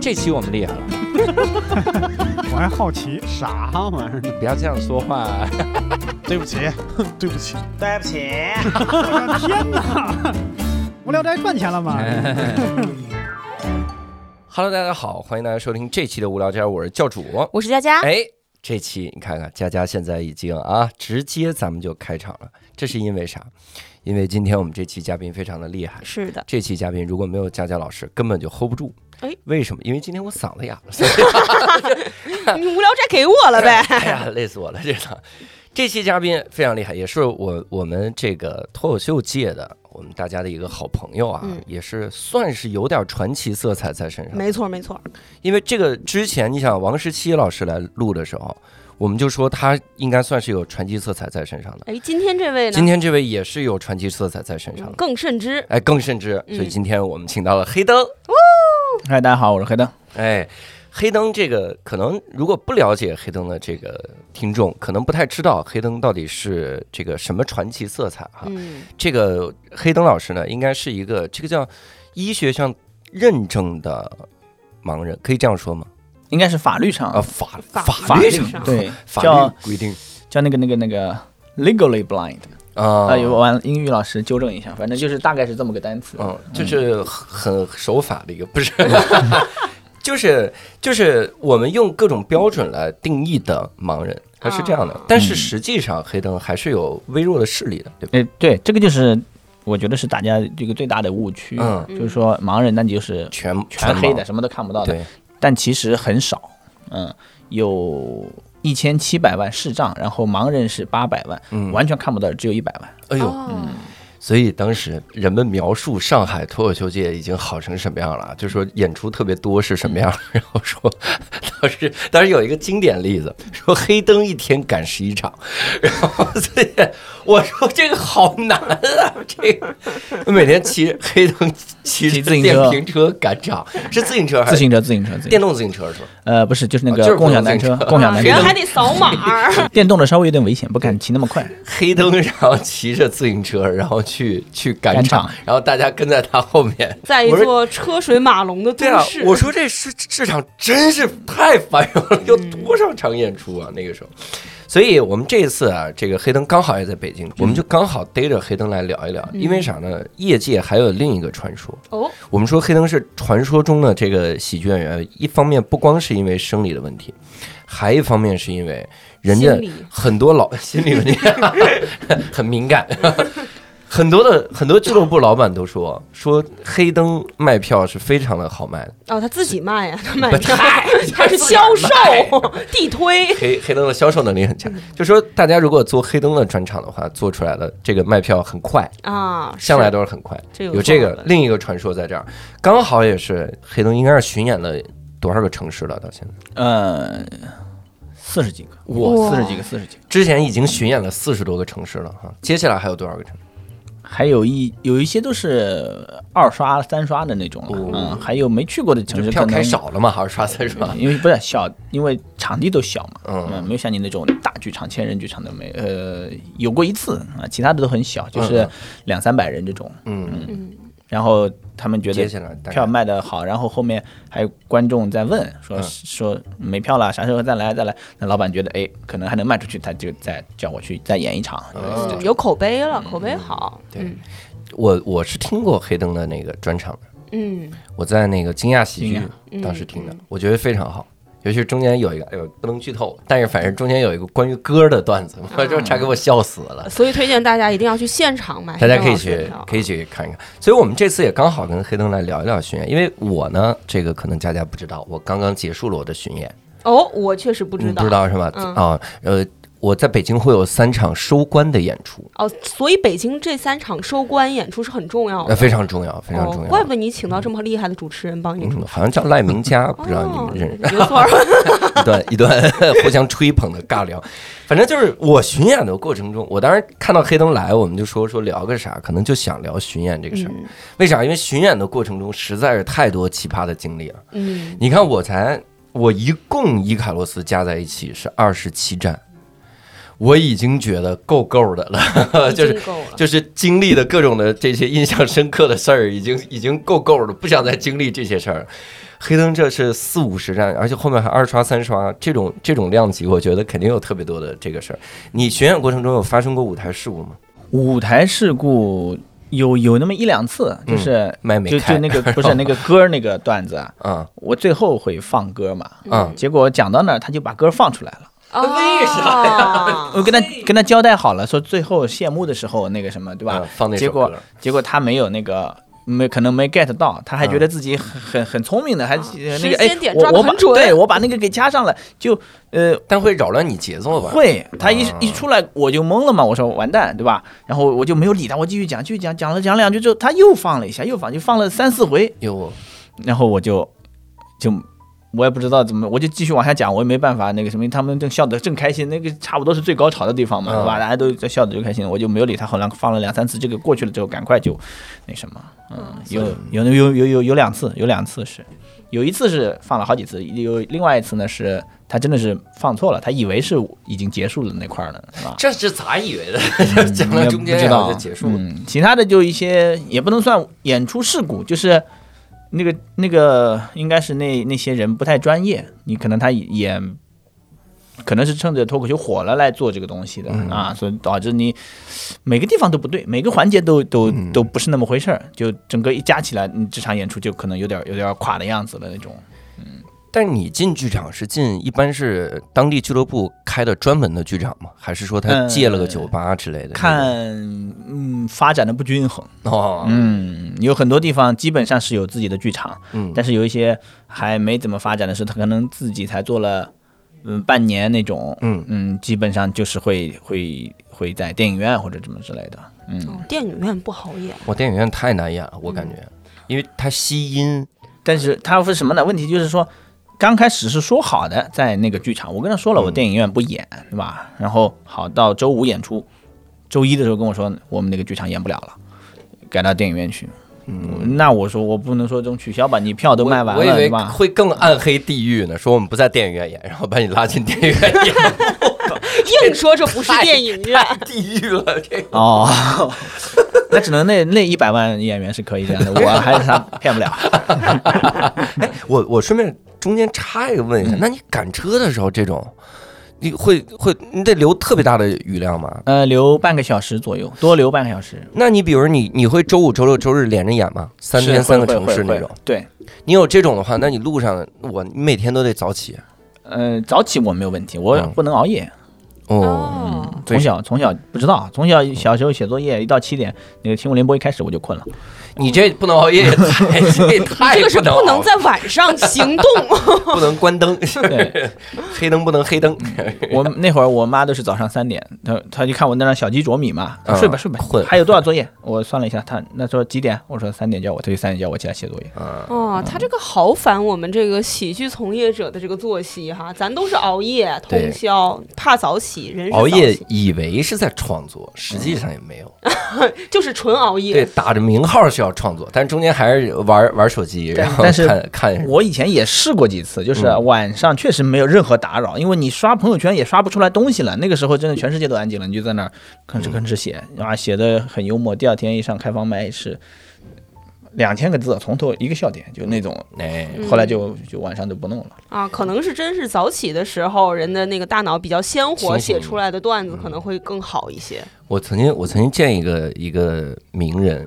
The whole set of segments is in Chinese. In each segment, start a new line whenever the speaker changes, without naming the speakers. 这期我们厉害了，
我还好奇，
啥玩意儿？
不要这样说话。
对不起，对不起，
对不起，
我的天哪！无聊斋赚钱了吗？
Hello，大家好，欢迎大家收听这期的无聊斋，我是教主。
我是佳佳，
哎，这期你看看，佳佳现在已经啊，直接咱们就开场了，这是因为啥？因为今天我们这期嘉宾非常的厉害，
是 的，
这期嘉宾如果没有佳佳老师，根本就 hold 不住。
哎
为什么？因为今天我嗓子哑了，所以
你无聊斋给我了呗。
哎呀，累死我了，这场。这期嘉宾非常厉害，也是我我们这个脱口秀界的我们大家的一个好朋友啊，
嗯
也是算是有点传奇色彩在身上。
没错，没错，
因为这个之前，你想王十七老师来录的时候，我们就说他应该算是有传奇色彩在身上的。
哎，今天这位呢，
今天这位也是有传奇色彩在身上
嗯
的，
更甚之，
哎，更甚至，
嗯
所以今天我们请到了黑灯，
嗨，大家好，我是黑灯。
哎。黑灯这个可能，如果不了解黑灯的这个听众，可能不太知道黑灯到底是这个什么传奇色彩哈、
嗯，
这个黑灯老师呢，应该是一个这个叫医学上认证的盲人，可以这样说吗？
应该是法律上
啊，法
法
法
律
律
上
上
对
法律
叫
规定
叫那个那个那个 legally blind
啊，
啊，有完英语老师纠正一下，反正就是大概是这么个单词。
嗯，就是很很守法的一个，不 是，就是就是我们用各种标准来定义的盲人，它是这样的
啊，
但
嗯
是实际上黑灯还是有微弱的视力的，对吧？
哎，对，这个就是我觉得是大家这个最大的误区，
嗯，
就是说盲人那你就是
全
全黑的，
盲，
什么都看不到的，
对，
但其实很少，嗯，有一千七百万视障，然后盲人是八百万，
嗯，
完全看不到的只有一百万。
哎呦，
哦，
所以当时人们描述上海脱口秀界已经好成什么样了，啊就说演出特别多是什么样， 然后说当时当时有一个经典例子，说黑灯一天赶十一场， 然后所以我说这个好难啊，这个每天骑黑灯骑着
骑自行
电
车
瓶车赶场，是自行车还
自
是
行车，自行车，
哎
自行
电
车，
动自行车是吧？
呃，不是，就是那
啊就是
个
共
共
享
享单车
自行，车
共享
啊
单
人还
车，
得扫 码儿，
电动的稍微有点危险，不敢骑那么快。
黑灯，然后骑着自行车，然后去去赶
赶
场
场，
然后大家跟在他后面，
在一
我说
座车水马龙的都
对啊
市，，
我说这市市场真是太繁荣了，
嗯
有多少场演出啊？那个时候，所以我们这一次啊，这个黑灯刚好也在北京，我们就刚好逮着黑灯来聊一聊，
嗯
因为啥呢？业界还有另一个传说，
哦，
我们说黑灯是传说中的这个喜剧演员，一方面不光是因为生理的问题，还一方面是因为人家
心理
很多老 心理问题很敏感， 很多的很多俱乐部老板都说说黑灯卖票是非常的好卖的。
哦，他自己卖呀，他卖
不
票，
太
他是销售，地推，
黑黑灯的销售能力很强，就说大家如果做黑灯的专场的话，做出来的这个卖票很快，
啊，
向来
是
都是很快。
这有
有这
错
个
了
另一个传说在这儿，刚好也是黑灯应该是巡演了多少个城市了？到现在，
呃，四十几个，
哇
四十几个，四十几个，
之前已经巡演了四十多个城市了哈，接下来还有多少个城市？
还有一有一些都是二刷、三刷的那种了，
哦
嗯，还有没去过的城
就
市
票
可
开
能。
少了嘛，还是刷三刷？
因为不是小，因为场地都小嘛，
嗯
嗯，没有像你那种大剧场、千人剧场的没，呃，有过一次啊，其他的都很小，就是
嗯
两三百人这种。
嗯，
然后他们觉
接
得
下来大概
票卖的好，然后后面还有观众在问说、
嗯
说没票了，啥时候再来再来？那老板觉得哎，可能还能卖出去，他就再叫我去再演一场。
哦
嗯有口碑了，口碑好，
对
嗯
我我是听过黑灯的那个专场的，
嗯，
我在那个惊讶喜
惊
剧当时听的，我觉得非常好。尤其是中间有一个，哎呦，不能剧透，但是反正中间有一个关于歌的段
啊
子，我就差给我笑死了。
呃所以推荐大家一定要去现场买，
大家可以
现
去
场
可以去看一看。所以我们这次也刚好跟黑灯来聊一聊巡演，因为我呢，这个可能佳佳不知道，我刚刚结束了我的巡演，
哦，我确实不知
你
道，
不知道是吧？
嗯
啊，呃，我在北京会有三场收官的演出，
哦，所以北京这三场收官演出是很重要
呃，
的，
非常重要，非常
哦
重要。
怪不得你请到这么厉害的主持人帮你主
嗯，好像叫赖明佳，不知道
哦
你们认识？
没错儿，
一段一段互相吹捧的尬聊。反正就是我巡演的过程中，我当然看到黑灯来，我们就说说聊个啥，可能就想聊巡演这个事儿。为啥？因为巡演的过程中实在是太多奇葩的经历了。
嗯，
你看，我才我一共伊卡洛斯加在一起是二十七站，我已经觉得够够的了， 就是
已经够了。
就是经历的各种的这些印象深刻的事儿，已经已经够够了，不想再经历这些事儿。黑灯这是四五十站，而且后面还二刷三刷，这种这种量级，我觉得肯定有特别多的这个事儿。你巡演过程中有发生过舞台事故吗？
舞台事故有有那么一两次，就是、
嗯麦没
就
开，
就那个不是那个歌儿那个段子，啊，
啊
我最后会放歌嘛，
啊
结果讲到那儿他就把歌放出来了。
为啥呀？
我跟他跟他交代好了，说最后谢幕的时候那个什么，对吧？
嗯放那首
结果
歌
结果他没有那个。没可能没 get 到，他还觉
嗯
得自己很很很聪明的，还那个
啊时
哎
间点，
我
抓得
我把
很准
对我把那个给加上了，就呃
但会扰乱你节奏吧？
会，他一
啊
一出来我就懵了嘛，我说完蛋，对吧？然后我就没有理他，我继续讲，继续讲，讲了讲两句之后，他又放了一下，又放，就放了三四回，
有
然后我就就我也不知道怎么，我就继续往下讲，我也没办法那个什么，他们正笑得正开心，那个差不多是最高潮的地方嘛，
嗯
对吧？大家都在笑得最开心，我就没有理他，后来放了两三次，这个过去了之后，赶快就那什么，嗯，有有有有有有两次，有两次是。有一次是放了好几次，有另外一次呢是他真的是放错了，他以为是已经结束了那块儿了，是吧？
这是咋以为的？ 讲到中间
嗯不知
然后
道
就结束了。
嗯，其他的就一些也不能算演出事故，就是那个那个应该是那那些人不太专业，你可能他也可能是趁着脱口秀火了来做这个东西的、啊，所以导致你每个地方都不对，每个环节都都都不是那么回事儿，就整个一加起来，你这场演出就可能有点有点垮的样子了那种。
但你进剧场是进一般是当地俱乐部开的专门的剧场吗？还是说他借了个酒吧之类的？
看嗯发展的不均衡，
哦，
嗯，有很多地方基本上是有自己的剧场。
嗯
但是有一些还没怎么发展的是，他可能自己才做了嗯半年那种，
嗯
嗯，基本上就是会会会在电影院或者怎么之类的，嗯，
哦电影院不好演，
我电影院太难演了，我感觉，因为它吸音，
但是他是什么呢？问题就是说。刚开始是说好的，在那个剧场，我跟他说了，
嗯
我电影院不演，对吧？然后好到周五演出，周一的时候跟我说我们那个剧场演不了了，改到电影院去。嗯，那我说我不能说这种取消吧，你票都
我
卖完
我
了，
以
对
为
吧？
会更暗黑地狱呢。说我们不在电影院演，然后把你拉进电影院演，
硬说这不是电影 院。
地狱了这个。
哦， 那只能那那一百万演员是可以这样的，我还是他骗 不了。
哎， 我我顺便中间插一个问一下，那你赶车的时候这种，你会会你得留特别大的雨量吗？
呃，留半个小时左右，多留半个小时。
那你比如你你会周五、周六、周日连着演吗？三
是
天
会
三个
会
城
会
市那
会
种？
对，
你有这种的话，那你路上我你每天都得早起。
呃，早起我没有问题，我
嗯
不能熬夜。
哦，
哦，
对
从小从小不知道，从小小时候写作业，一到七点，那个新闻联播一开始我就 困了。
你这不能熬夜， 太这太
这个是
不能
不
熬
能
了
在晚上行 动。
不能关 灯，
对
黑灯不能黑灯。
我那会儿我妈都是早上三点，她她就看我那张小鸡啄米嘛，她
嗯
睡吧睡吧
困，
还有多少作业？我算了一下，她那时候几点？我说三点叫我，她就三点叫我起来写作业。
哦，他这个好反我们这个喜剧从业者的这个作息哈，咱都是熬夜
对
通宵，怕早起，人是早
熬夜
起
以为是在创作，实际上也没有。
就是纯熬
对，
夜。
打着名号是要创作，但中间还是玩玩手机，
但
然后
但是
看看。
我以前也试过几次，就是
嗯
晚上确实没有任何打扰，因为你刷朋友圈也刷不出来东西了。那个时候真的全世界都安静了，你就在那儿吭
嗯
哧吭哧写，啊，写的很幽默。第二天一上开放麦是两千个字，从头一个笑点，就那种。
哎，
后来就就晚上就不弄了。
啊，可能是真是早起的时候，人的那个大脑比较鲜
清
活，
醒
写出来的段
嗯
子可能会更好一些。
我曾经我曾经见一个一个名人，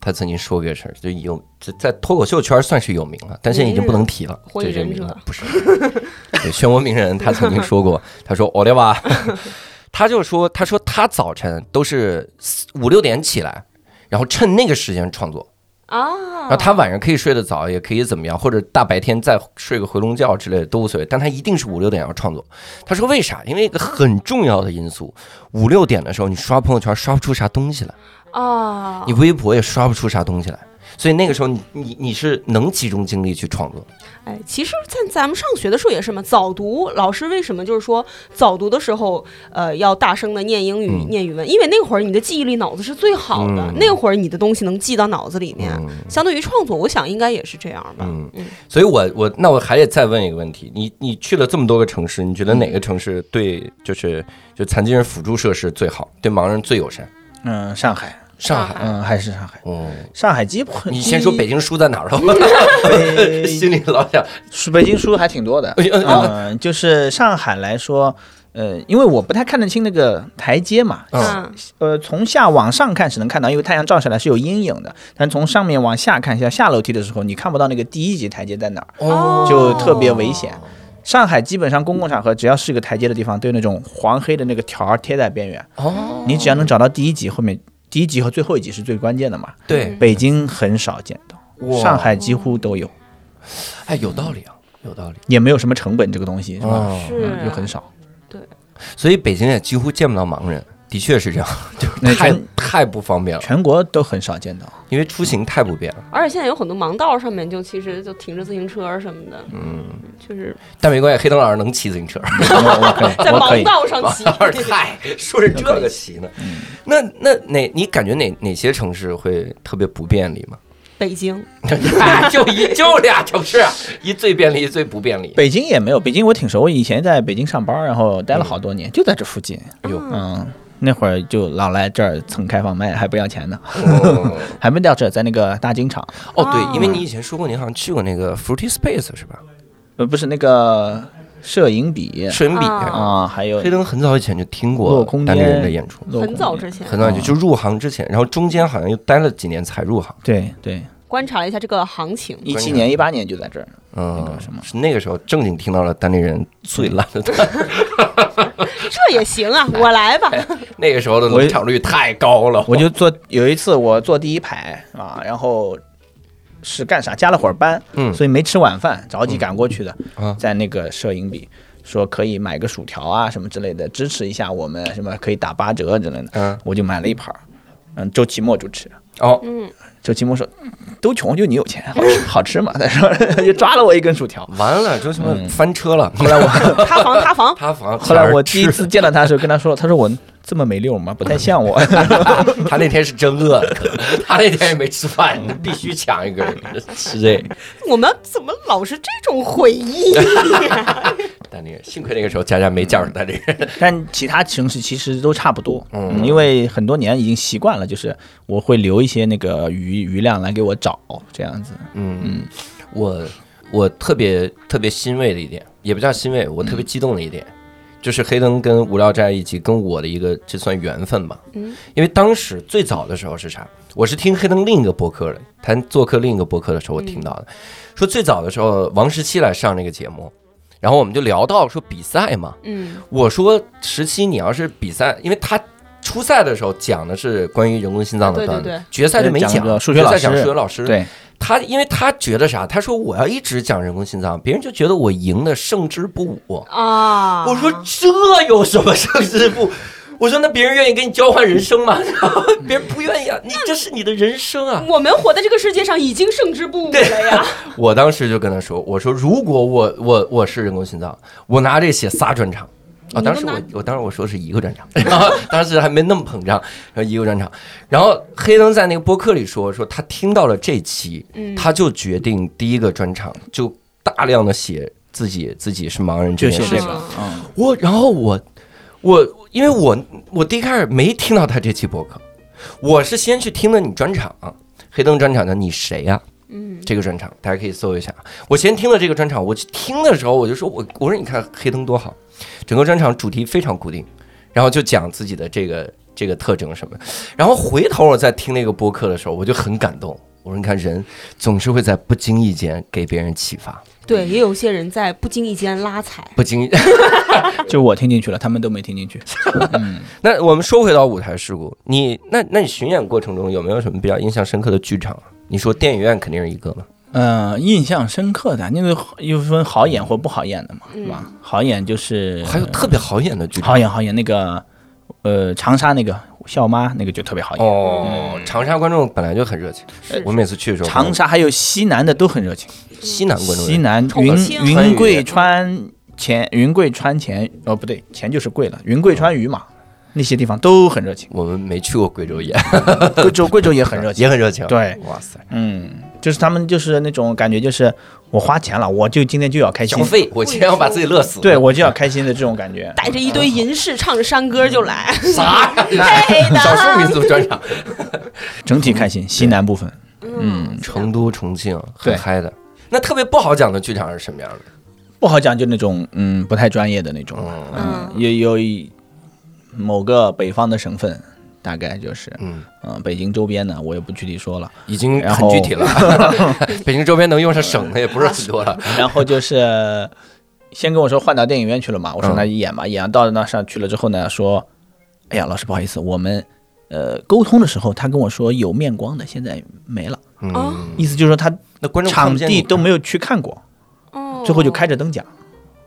他曾经说过一个事儿，就有在在脱口秀圈算是有名了，但现在已经不能提了。
火
这
影
这
忍
名了
者
不是 对漩涡鸣人，他曾经说过，他说我的吧， 他就说他说他早晨都是四五六点起来，然后趁那个时间创作，
啊
然后他晚上可以睡得早，也可以怎么样，或者大白天再睡个回笼觉之类的都无所谓，但他一定是五六点要创作。他说为啥？因为一个很重要的因素，五六点的时候你刷朋友圈刷不出啥东西来，
啊
你，微博也刷不出啥东西来，所以那个时候你你你是能集中精力去创作，
哎，其实，在咱们上学的时候也是嘛，早读老师为什么就是说早读的时候，呃，要大声的念英语、
嗯
念语文，因为那会儿你的记忆力、脑子是最好的，
嗯
那会儿你的东西能记到脑子里面。
嗯
相对于创作，我想应该也是这样吧。
嗯
嗯，
所以我我那我还得再问一个问题，你你去了这么多个城市，你觉得哪个城市对就是就残疾人辅助设施最好，对盲人最友善？
嗯，上海，
上海，
嗯，还是上海，
嗯，
上海基 本
你先说北京输在哪儿了？
北
心里老想，
书北京书还挺多的，
哎
嗯、
哎哎
就是上海来说，呃，因为我不太看得清那个台阶嘛，
嗯
啊，
呃，从下往上看是能看到，因为太阳照下来是有阴影的，但从上面往下看，像下楼梯的时候，你看不到那个第一级台阶在哪儿，
哦
就特别危险。上海基本上公共场合，只要是个台阶的地方，都有那种黄黑的那个条儿贴在边缘，
哦，
你只要能找到第一级，后面第一级和最后一级是最关键的嘛。
嗯
对，
北京很少见到，
哇
上海几乎都有，
哎，有道理啊，有道理。
也没有什么成本这个东西是吧？
哦，
是
嗯，就很少。
所以北京也几乎见不到盲人，的确是这样，就
那
太
全
太不方便了，
全国都很少见 到。
因为出行太不便了。
而且现在有很多盲道上面就其实就停着自行车什么的，嗯，就是
但没关系，黑灯老师能骑自行车，
我可以，
在
我可
盲
以。
道上骑。
二太说是这个骑呢。
嗯
那那哪你感觉哪哪些城市会特别不便利吗？ 哎
北京，
就一就俩城市，啊一最便利，一最不便利。
北京也没有，北京我挺熟，我以前在北京上班，然后待了好多
嗯
年，就在这附近。
啊
哟
嗯，那会儿就老来这儿蹭开放麦，还不要钱呢，
哦
还没到这儿，在那个大金厂，
哦，对，因为你以前说过，你好像去过那个 Fruity Space 是吧？
呃，不是那个摄影笔
摄影笔，
啊
啊，还有
黑灯很早以前就听
落
过
空
单立
间
人的演出，
镂空
很早之前
嗯很早以前就入行之前，然后中间好像又待了几年才入行。
对对，
观察了一下这个行情，
一七年、一八年就在这儿，
嗯
个什么，
是那个时候正经听到了单立人最烂的段，
这也行啊，我来吧。
那个时候的
我
离场率太高了。
我就坐有一次我坐第一排啊，然后是干啥？加了会儿班，
嗯
所以没吃晚饭，着急赶过去的，
啊
在那个摄影笔。说可以买个薯条啊什么之类的，支持一下我们什么可以打八折之类的，
嗯
我就买了一盘儿。嗯，周奇墨主持，
哦，
周奇墨说嗯都穷就你有钱，好吃好吃嘛。他说 就抓了我一根薯条。
完了，周奇墨翻车了。嗯 后来我，
塌房，塌房
塌房，
后来我第一次见到他的时候跟他说，他说我这么没溜吗？不太 像我。
他那天是真饿 了，他那天也没吃 饭，必须抢一根 吃这个。
我们怎么老是这种回忆？
但那个幸亏那个时候佳佳没嫁入单立人，
但其他城市其实都差不多，
嗯
因为很多年已经习惯了，就是我会留一些那个余余量来给我找这样子。
嗯，我我特别特别欣慰的一点，也不叫欣慰，我特
嗯
别激动的一点，就是黑灯跟无聊斋一起跟我的一个这算缘分吧。
嗯，
因为当时最早的时候是啥？我是听黑灯另一个播客的，他做客另一个播客的时候，我听到
嗯
的，说最早的时候王十七来上那个节目，然后我们就聊到说比赛嘛，
嗯
我说十七，你要是比赛，因为他初赛的时候讲的是关于人工心脏的
对对
段子，
对
决赛就没
讲个数学
决赛
老师
讲数学老师。
对，
他因为他觉得啥？他说我要一直讲人工心脏，别人就觉得我赢的胜之不武。
啊，
我说这有什么胜之不武？我说那别人愿意跟你交换人生吗？ 然后别人不愿意啊，你这是你的人生啊！
我们活在这个世界上已经胜之不武了呀。
我当时就跟他说，我说如果我我我是人工心脏，我拿这写仨专场。啊、
你
当
都
时
拿
我我当时我说是一个专场，然后当时还没那么膨胀，然后一个专场，然后黑灯在那个播客里说说他听到了这期，
嗯
他就决定第一个专场就大量的写自己自己是盲人这件
就
事
写
情
这。个嗯，
我然后我我因为我我第一开始没听到他这期播客，我是先去听的你专场，黑灯专场的你谁呀、
嗯
这个专场，大家可以搜一下。我先听了这个专场，我去听的时候我就说我，我说你看黑灯多好，整个专场主题非常固定，然后就讲自己的这个这个特征什么的。然后回头我再听那个播客的时候，我就很感动。我说你看人总是会在不经意间给别人启发，
对，也有些人在不经意间拉踩。
不经意。
就我听进去了，他们都没听进去。
那我们说回到舞台事故，你那那你巡演过程中有没有什么比较印象深刻的剧场啊？你说电影院肯定是一个了，
嗯，印象深刻的那个又分好演或不好演的嘛，
嗯
是吧？好演就是
还有特别好演的剧
好
场，
演好演那个呃长沙那个校妈那个就特别好演。
哦，长沙观众本来就很热情，
是
我每次去的时候，
长沙还有西南的都很热情，
西南观众。
西南
重
云
庆
云贵川前云贵川前哦不对，前就是贵了，云贵川渝嘛，那些地方都很热情
我们没去过贵州演，
贵州贵州也很热情，
也很热情。，
对，
哇塞，
嗯，就是他们就是那种感觉，就是我花钱了，我就今天就要开心
消，费，我今天要把自己乐死。
对我就要开心的这种感 觉。
带着一堆银饰，唱着山歌就来，
啥呀？
嘿的
少数民族 专场，
整体开心，西南部分，
嗯，
成都、重庆很
对
嗨的。那特别不好讲的剧场是什么样的？
不好讲，就那种嗯不太专业的那种，嗯，有有一某个北方的省份，大概就是
嗯
嗯北京周边的，我也不具体说了。
已经
然
很
后
具体 了。北京周边能用上省的也不是很多了。
然后就是先跟我说换到电影院去了嘛，我说
嗯
那演吧，演完到那上去了之后呢，说，哎呀，老师不好意思，我们呃沟通的时候，他跟我说有面光的，现在没了，
嗯，
意思就是说他
那观众看
场
不见
地
你
都没有去看过，
嗯
哦
最后就开着灯讲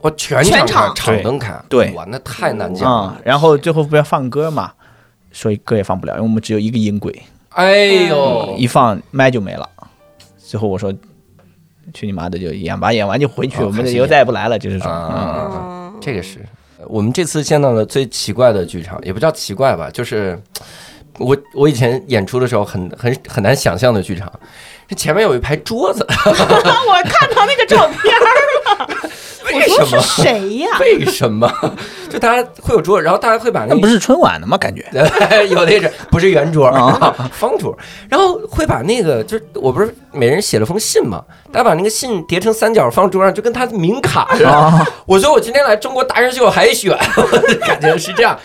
我全
全
场看
场
场灯看，
对
哇，那太难讲
啊、
了。
然后最后不要放歌嘛，所以歌也放不了，因为我们只有一个音轨，
哎呦
一，放麦就没了。最后我说。去你妈的！就演吧，演完就回去，
哦
我
还
们
是
以后再也不来了，就是说，嗯
啊，这个是呃我们这次见到的最奇怪的剧场，也不叫奇怪吧，就是我我以前演出的时候很很很难想象的剧场，这前面有一排桌子，
我看到那个照片儿了，
为什
我说
么？
是谁呀？
为什么？ 就大家会有桌子，然后大家会把那
那不是春晚的吗？感觉
有那种不是圆桌啊，方桌，然后会把那个就是我不是每人写了封信嘛，大家把那个信叠成三角放桌上，就跟他的名卡似的。 我说我今天来中国达人秀海选， 我的感觉是这样。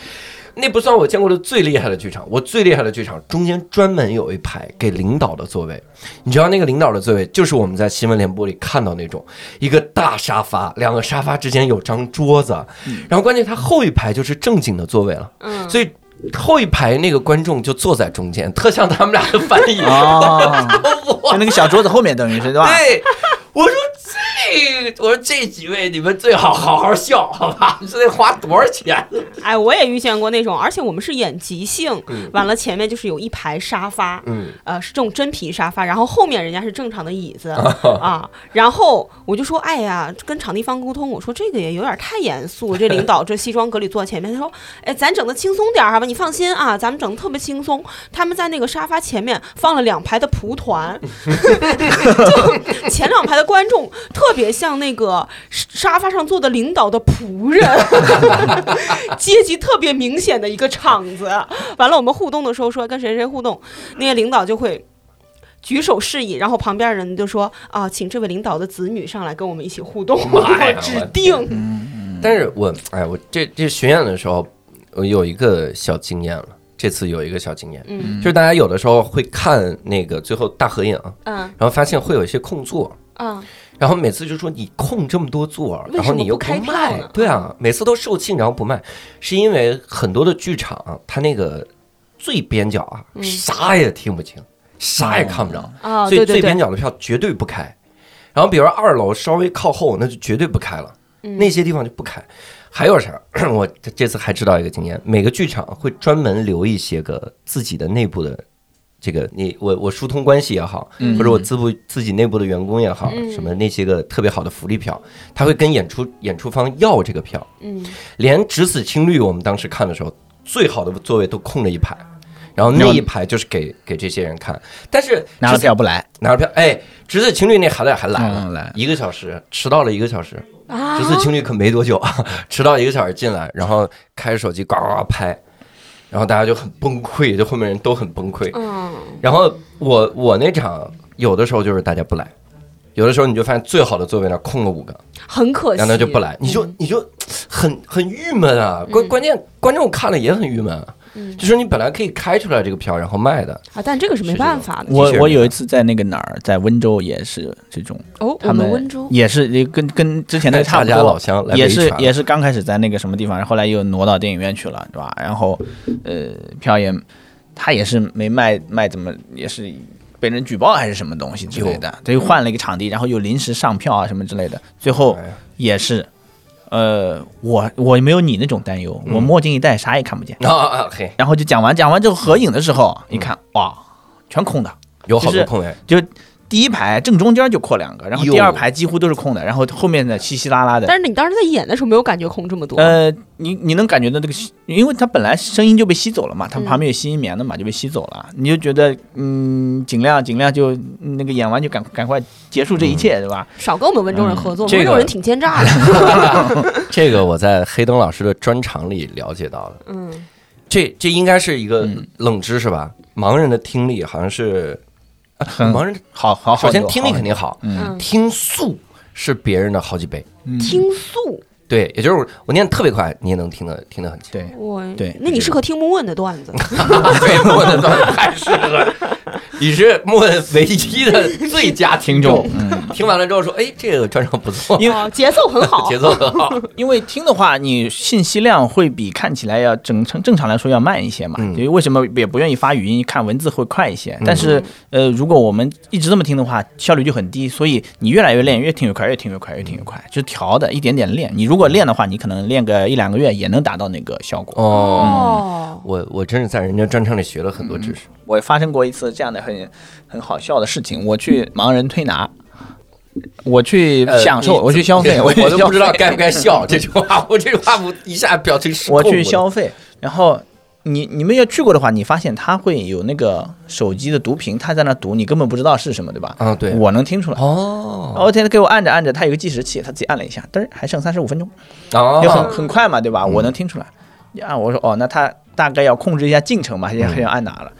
那不算我见过的最厉害的剧场，我最厉害的剧场中间专门有一排给领导的座位，你知道那个领导的座位就是我们在新闻联播里看到那种一个大沙发，两个沙发之间有张桌子，然后关键他后一排就是正经的座位了，
嗯，
所以后一排那个观众就坐在中间，特像他们俩的翻译。
啊，
我
就那个小桌子后面，等于是对吧？
对，我说这，我说这几位你们最好好好笑，好吧？这得花多少钱？
哎，我也遇见过那种，而且我们是演即兴
嗯，
完了前面就是有一排沙发，
嗯，
呃，是这种真皮沙发，然后后面人家是正常的椅子啊。然后我就说，哎呀，跟场地方沟通，我说这个也有点太严肃，这领导这西装革履坐前面，他说，哎，咱整的轻松点儿好吧，你放心啊，咱们整的特别轻松。他们在那个沙发前面放了两排的蒲团， 就前两排的观众特别像那个沙发上坐的领导的仆人，阶级特别明显的一个场子。完了，我们互动的时候说跟谁谁互动，那些领导就会举手示意，然后旁边人就说啊，请这位领导的子女上来跟我们一起互 动，
妈
我
呀
指
嗯
定
但是我哎，我这这巡演的时候，我有一个小经验了。这次有一个小经验，
嗯
就是大家有的时候会看那个最后大合影，
嗯
然后发现会有一些空座，
啊
然后每次就说你空这么多座儿，
为什
然
么
后你又
不开票
卖
呢，
对啊，每次都售罄然后不卖，是因为很多的剧场它那个最边角啊，
嗯
啥也听不清，啥也看不着，
啊，
所以
对
最
对
边
对，
角的票绝对不开。然后比如说二楼稍微靠后，那就绝对不开了，
嗯
那些地方就不开。还有啥？ 我这这次还知道一个经验，每个剧场会专门留一些个自己的内部的。这个你我我疏通关系也好，
嗯
或者我自部自己内部的员工也好，
嗯
什么那些个特别好的福利票，他会跟演出演出方要这个票，
嗯，
连《只此青绿》我们当时看的时候，最好的座位都空了一排，然后那一排就是给给这些人看，但是
拿了
只此
票不来，
拿了票，哎，侄子情侣那孩子还来了，
嗯来
一个小时，迟到了一个小时。
啊
侄子情侣可没多久， 迟到一个小时进来，然后开着手机呱呱呱拍，然后大家就很崩溃，就后面人都很崩溃。
嗯
然后我我那场有的时候就是大家不来，有的时候你就发现最好的座位那儿空了五个，
很可惜，
然后他就不来，你就你就很很郁闷啊。关关键观众看了也很郁闷啊，
嗯
就说你本来可以开出来这个票然后卖的，
啊，但这个是没
是这
办
种
法的
我
其实
我有一次在那个哪儿，在温州也是这种，
哦，
他
我
们
们温州
也是跟跟之前那个差
大
不
家老
多，
乡来
也
围
是
传
也是刚开始在那个什么地方，后来又挪到电影院去了，对吧？然后呃，票也他也是没卖卖怎么也是。被人举报还是什么东西
哎
之类的，他又换了一个场地，然后又临时上票啊什么之类的，最后
哎呀
也是呃，我我没有你那种担忧，
嗯
我墨镜一戴啥也看不见。
啊啊嘿，
然后就讲完，讲完之后合影的时候，
嗯
你看哇，全空的，
有好
就
多
是
空位，
就第一排正中间就扩两个，然后第
哟
二排几乎都是空的，然后后面的稀稀拉拉的。
但是你当时在演的时候没有感觉空这么多，
呃，你你能感觉到这个吸，因为它本来声音就被吸走了嘛，它
嗯
旁边有吸音棉的嘛，就被吸走了，你就觉得嗯，尽量尽量就那个演完就赶赶快结束这一
嗯
切，对吧？
少跟我们温州人合作，
这个
温州人挺奸诈的。
这个我在黑灯老师的专场里了解到了，
嗯，
这这应该是一个
嗯
冷知识吧？盲人的听力好像是，啊
很
盲人
好好好，
首先
好
听力肯定好，
嗯
听速是别人的好几倍。
嗯
听素，
对，也就是我我念得特别快，你也能听得听得很清。
对
我
对
那你适合听莫问的段子，
对，莫文倒是太适合，你是莫文唯一的最佳听
听
众
众。，嗯。
听完了之后说，哎，这个专场不错，
因为
哦节奏很好
节。奏很好。
因为听的话，你信息量会比看起来要正常正常来说要慢一些嘛，
嗯
因为为什么也不愿意发语音，看文字会快一些。但是呃，如果我们一直这么听的话，效率就很低，所以你越来越练，越听越快，越听越快，越听越
嗯
快，就是调的一点点练。你如果练的话，你可能练个一两个月也能达到那个效果。
哦，
哦，
我我真是在人家专场里学了很多知识。
我发生过一次这样的很很好笑的事情，我去盲人推拿。我去
呃
享受，
你
我去消费，
我
去
都
消
不知道
费
该不该 笑。这句话， 我这句话我一下表情失控
我
了。
去消费，然后你你们要去过的话，你发现它会有那个手机的读屏，它在那读，你根本不知道是什么，对吧？
啊对
我能听出来。
哦
然后他给我按着按着，它有个计时器，它自己按了一下，嘚儿还剩三十五分钟，就很
哦，
很快嘛，对吧？我能听出来。啊，我说哦，那他大概要控制一下进程嘛，现在还要按哪了？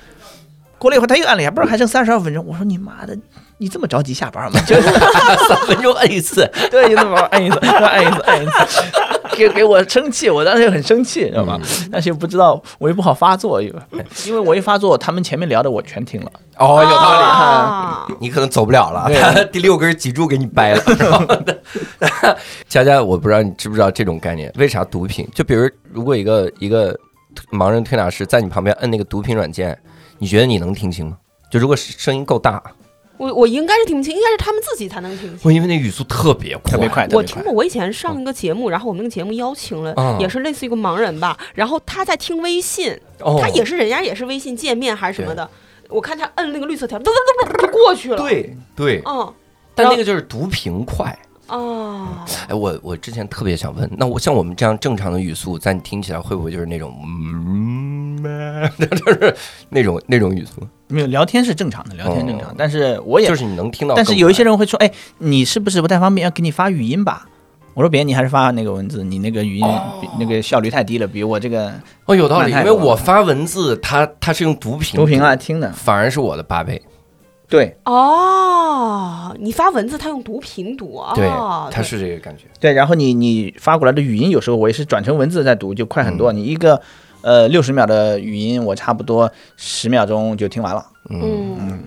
过了一会儿他又按了一下，不是还剩三十二分钟？我说你妈的，你这么着急下 班吗？就是
三分钟摁一次，
对，就那么按一次， 按一次，按一次，给给我生气，我当时很生气，知道吗？ 但是又不知道，我又不好发作，因为因为我一发作，他们前面聊的我全听了，
哦，有道理。
啊
你可能走不了了，
对
他 第六根脊柱给你掰 了。 然后呢佳佳，我不知道你知不知道这种概念？为啥毒品？就比如，如果一个一个盲人推拿师在你旁边摁那个毒品软件，你觉得你能听清吗？就如果声音够大，
我我应该是听不清，应该是他们自己才能听清。
我因为那语速特别快，
特别快，特
我
别
听
快。
过，我以前上一个节目，然后我们那个节目邀请了
嗯，
也是类似于一个盲人吧，然后他在听微信，
哦，
他也是人家也是微信界面还是什么的，我看他摁那个绿色条，嘟嘟嘟嘟就过去了。，
对对，
嗯
但那个就是毒品快。
啊，
哎，我我之前特别想问，那我像我们这样正常的语速，在你听起来会不会就是那种嗯， 就是那种那种语速？
没有聊天是正常的，聊天正
哦
常，但是我也
就，是你能听到更快，
但是有一些人会说，哎，你是不是不太方便？要给你发语音吧？我说别，你还是发那个文字，你那个语音比那个效率太低了，比我这个
哦，有道理，因
慢太
为
多了
我发文字，它它是用读屏，
读屏啊，听的，
反而是我的八倍，
对
哦，你发文字他用读频读
哦
啊，
对，它
对
是这个感觉，
对。然后你你发过来的语音，有时候我也是转成文字再读，就快很多。你一个呃六十秒的语音，我差不多十秒钟就听完了。
嗯，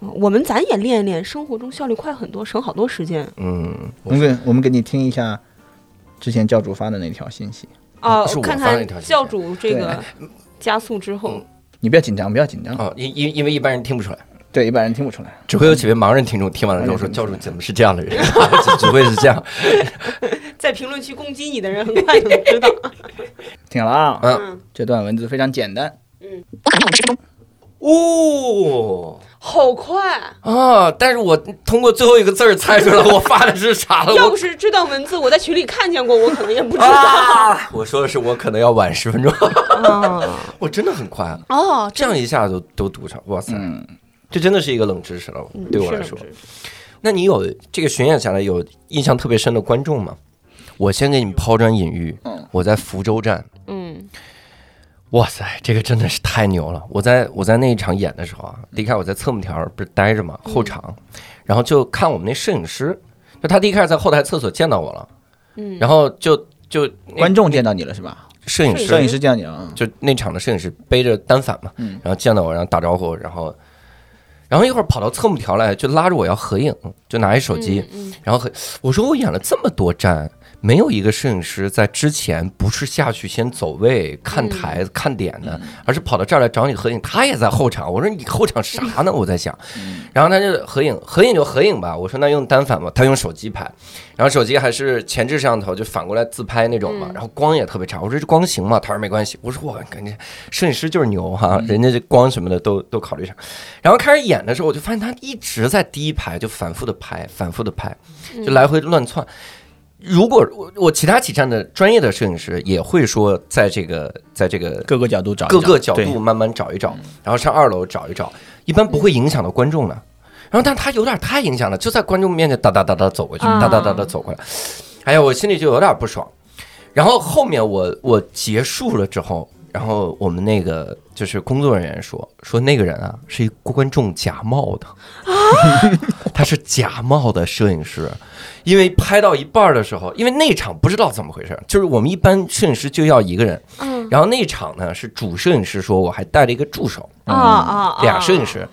我们咱也练一练，生活中效率快很多，省好多时间
嗯，
我们给我们给你听一下之前教主发的那条信息，
啊
不是。我
看
发那
看
条信息嗯
教主这
对
个 加速之后，
你不要紧张，不要紧张，
哦，因因因为一般人听不出来，
对，一般人听不出来。
只会有几位盲人听众听完了之后说，
嗯
教主怎么是这样的人，啊只只会是这样，
在评论区攻击你的人很快就 能知道。
听好了啊，
嗯
这段文字非常简单，
哦
好快！
啊，但是我通过最后一个字儿猜出来我发的是啥了，
要
呃我
不是这段文字我在群里看见过，我可能也不知 道。
啊， 我说的是我可能要晚十分钟，
啊
我真的很快啊，
哦，
这样一下就都读上，哇塞，
嗯，
这真的是一个冷知识了，对我来说。
是的是的
那你有这个巡演下来有印象特别深的观众吗？我先给你抛砖引玉。
嗯
我在福州站，
嗯
哇塞，这个真的是太牛了！我在我在那一场演的时候
嗯
啊，第一开始我在侧幕条不是待着嘛，后场，然后就看我们那摄影师，就他第一开始在后台厕所见到我了，
嗯，
然后就就那
观众见到你了是吧？
摄影
是
师
摄影师见到你了啊，
就那场的摄影师背着单反嘛，
嗯
然后见到我，然后打招呼，然后然后一会儿跑到侧幕条来，就拉着我要合影，就拿一手机，
嗯，嗯
然后很，我说我演了这么多站，没有一个摄影师在之前不是下去先走位、看台、子、看点的，而是跑到这儿来找你合影。他也在后场，我说你后场啥呢？我在想，然后他就合影，合影就合影吧。我说那用单反吧，他用手机拍，然后手机还是前置摄像头，就反过来自拍那种嘛。然后光也特别差，我说这光行吗？他说没关系。我说我感觉摄影师就是牛哈，人家这光什么的都都考虑上。然后开始演的时候，我就发现他一直在第一排就反复的拍，反复的拍，就来回乱窜。如果我我其他几站的专业的摄影师也会说，在这个在这个
各个角度找一找，
各个角
对嗯
度慢慢找一找，然后上二楼找一找，一般不会影响到观众的。然后，但他有点太影响了，就在观众面前哒哒哒哒走过去，
啊
哒哒哒哒走过来，哎呀，我心里就有点不爽。然后后面我我结束了之后，然后我们那个就是工作人员说说那个人啊是一观众假冒的， 他是假冒的摄影师，因为拍到一半儿的时候，因为那场不知道怎么回事，就是我们一般摄影师就要一个人，
嗯
然后那场呢是主摄影师说，我还带了一个助手，
啊啊，
俩摄影
师，
师。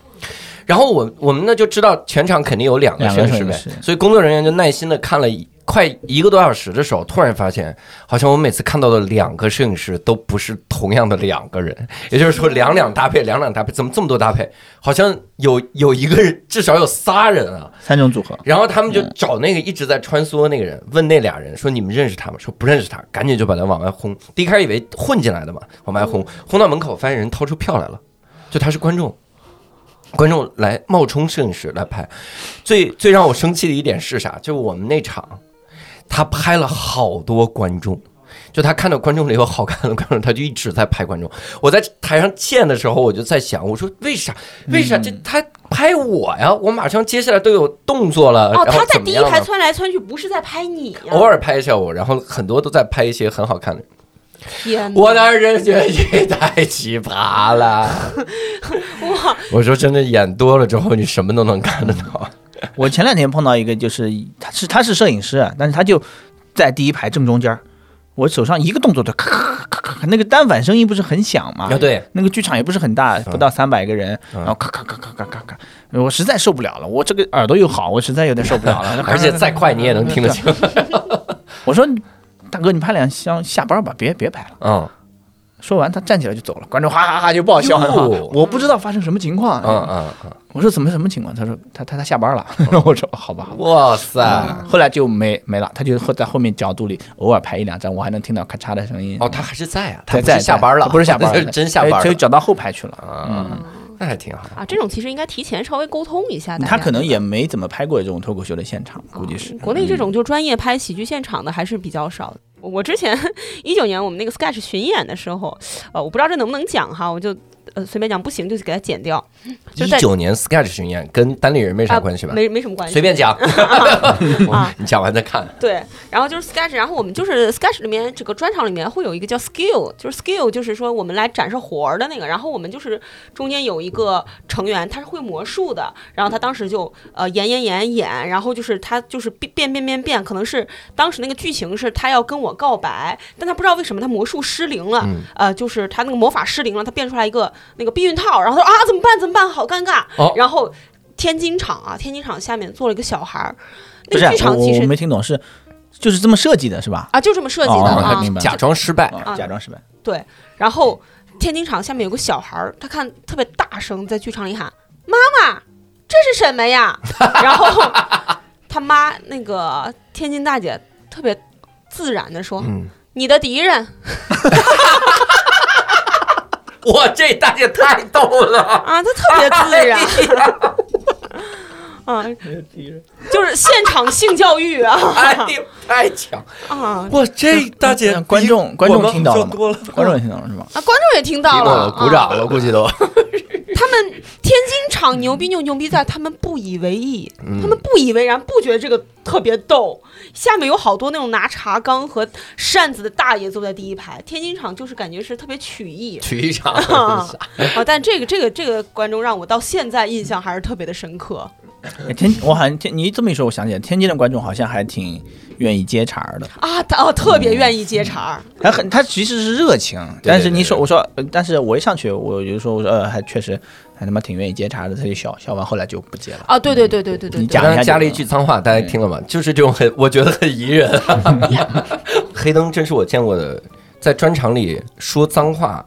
然后我我们呢就知道全场肯定有两个
两
摄
个
影师呗
摄影，师
所以工作人员就耐心的看了一快一个多小时的时候，突然发现好像我每次看到的两个摄影师都不是同样的两个人，也就是说两两搭配，两两搭配，怎么这么多搭配？好像有有一个人至少有仨人啊，
三种组合，
然后他们就找那个一直在穿梭那个人，问那俩人说：“你们认识他吗？”说不认识他，赶紧就把他往外轰。第一开始以为混进来的嘛，往外轰，轰到门口发现人掏出票来了，就他是观众，观众来冒充摄影师来拍。最最让我生气的一点是啥？就是我们那场，他拍了好多观众。就他看到观众里有好看的观众，他就一直在拍观众。我在台上见的时候，我就在想，我说为啥？为
嗯
啥这他拍我呀？我马上接下来都有动作了。
哦，
呃然后
他在
怎么
第一
样
排哦
了
窜来窜去，不是在拍你呀？
偶尔拍一下我，然后很多都在拍一些很好看的。
天哪，
我当时觉得这太奇葩 了。
哇，
我说真的，演多了之后，你什么都能看得到。
我前两天碰到一个，就是他是他是摄影师，啊但是他就在第一排正中间儿，我手上一个动作的咔咔咔咔，那个单反声音不是很响嘛
哎
啊，，对，嗯
那个剧场也不是很大，不到三百个人，然后咔咔咔咔咔咔咔，我实在受不了了，我这个耳朵又好，我实在有点受不了了，
而且再快你也能听得清。
我说大哥，你拍两箱，下班吧，别别拍了。
嗯
说完，他站起来就走了，观众哈哈哈就爆笑了哈
哟。
我不知道发生什么情况，啊
嗯嗯嗯，
我说怎么什么情况？他说他他他下班了。然 后我说好吧，好吧
哇塞！
后来就没没了，他就后在后面角度里偶尔拍一两张，我还能听到咔嚓的声音。
哦，他还是在啊，他
在
不是
在
下班了，
在不是 下班了，嗯
真下班
哎他就
了
转到后排去了。
啊，那还挺好。
啊，这种其实应该提前稍微沟通一下大家。
他可能也没怎么拍过这种脱口秀的现场，估计是
嗯。国内这种就专业拍喜剧现场的还是比较少的。我我之前一九年我们那个 sketch 巡演的时候，呃，我不知道这能不能讲哈，我就呃随便讲，不行就给它剪掉，就
一
在
九年 Sketch 巡演跟单立人没啥
啊
关系吧？
没没什么关系，
随便讲，
啊
你讲完再
嗯
看。
对，然后就是 sketch，然后我们就是 sketch 里面这个专场里面会有一个叫 skill，就是 skill 就是说我们来展示活儿的那个，然后我们就是中间有一个成员他是会魔术的，然后他当时就呃演演演演，然后就是他就是变变变变变，可能是当时那个剧情是他要跟我告白，但他不知道为什么他魔术失灵了，
嗯
呃，就是他那个魔法失灵了，他变出来一个那个避孕套，然后他说啊怎么办怎么办，好尴尬，
哦
然后。天津场啊，天津场下面坐了一个小孩儿，
不
那
是
个剧场
我
其
我
实
没听懂，是就是这么设计的，是吧？
啊，就这么设计的、
哦
他
啊
明白。
假装失败，
啊
啊
假装失败。
然后天津场下面有个小孩儿，他看特别大声在剧场里喊：“妈妈，这是什么呀？” 然后他妈那个天津大姐特别自然的
哦
说：“
嗯，
你的敌 人
哇，这大姐太逗了，哎
啊，他特别自然。 啊， 就是现场性教育啊
哎呦，太强！
啊
哇，这大姐
嗯观众观众听到了吗
多了，
观众也听懂了是吧？
啊！观众也听到
听懂
了，
了，鼓掌
啊
了，估计 都。
他们天津场牛逼就牛逼在他们不以为意，
嗯
嗯
他们不以为然，不觉得这个特别逗。下面有好多那种拿茶缸和扇子的大爷坐在第一排，天津场就是感觉是特别曲 艺
曲一场，
啊啊！但这个这个这个观众让我到现在印象还是特别的深刻。
哎天，我好像天你这么一说，我想起来，天津的观众好像还挺愿意接茬儿的，
啊，他哦特别愿意接茬儿，
他很他其实是热情，但是
对对
你说
对
我说，呃但是我一上去我就说我说呃，还确实还他妈挺愿意接茬的，他就笑笑完，后来就不接了。
啊，对对对对对对
你
对，
讲
刚
一下
才
就
加了一
行
句脏话，大家听了吗？就是这种很，我觉得很宜 人。黑灯真是我见过的，在专场里说脏话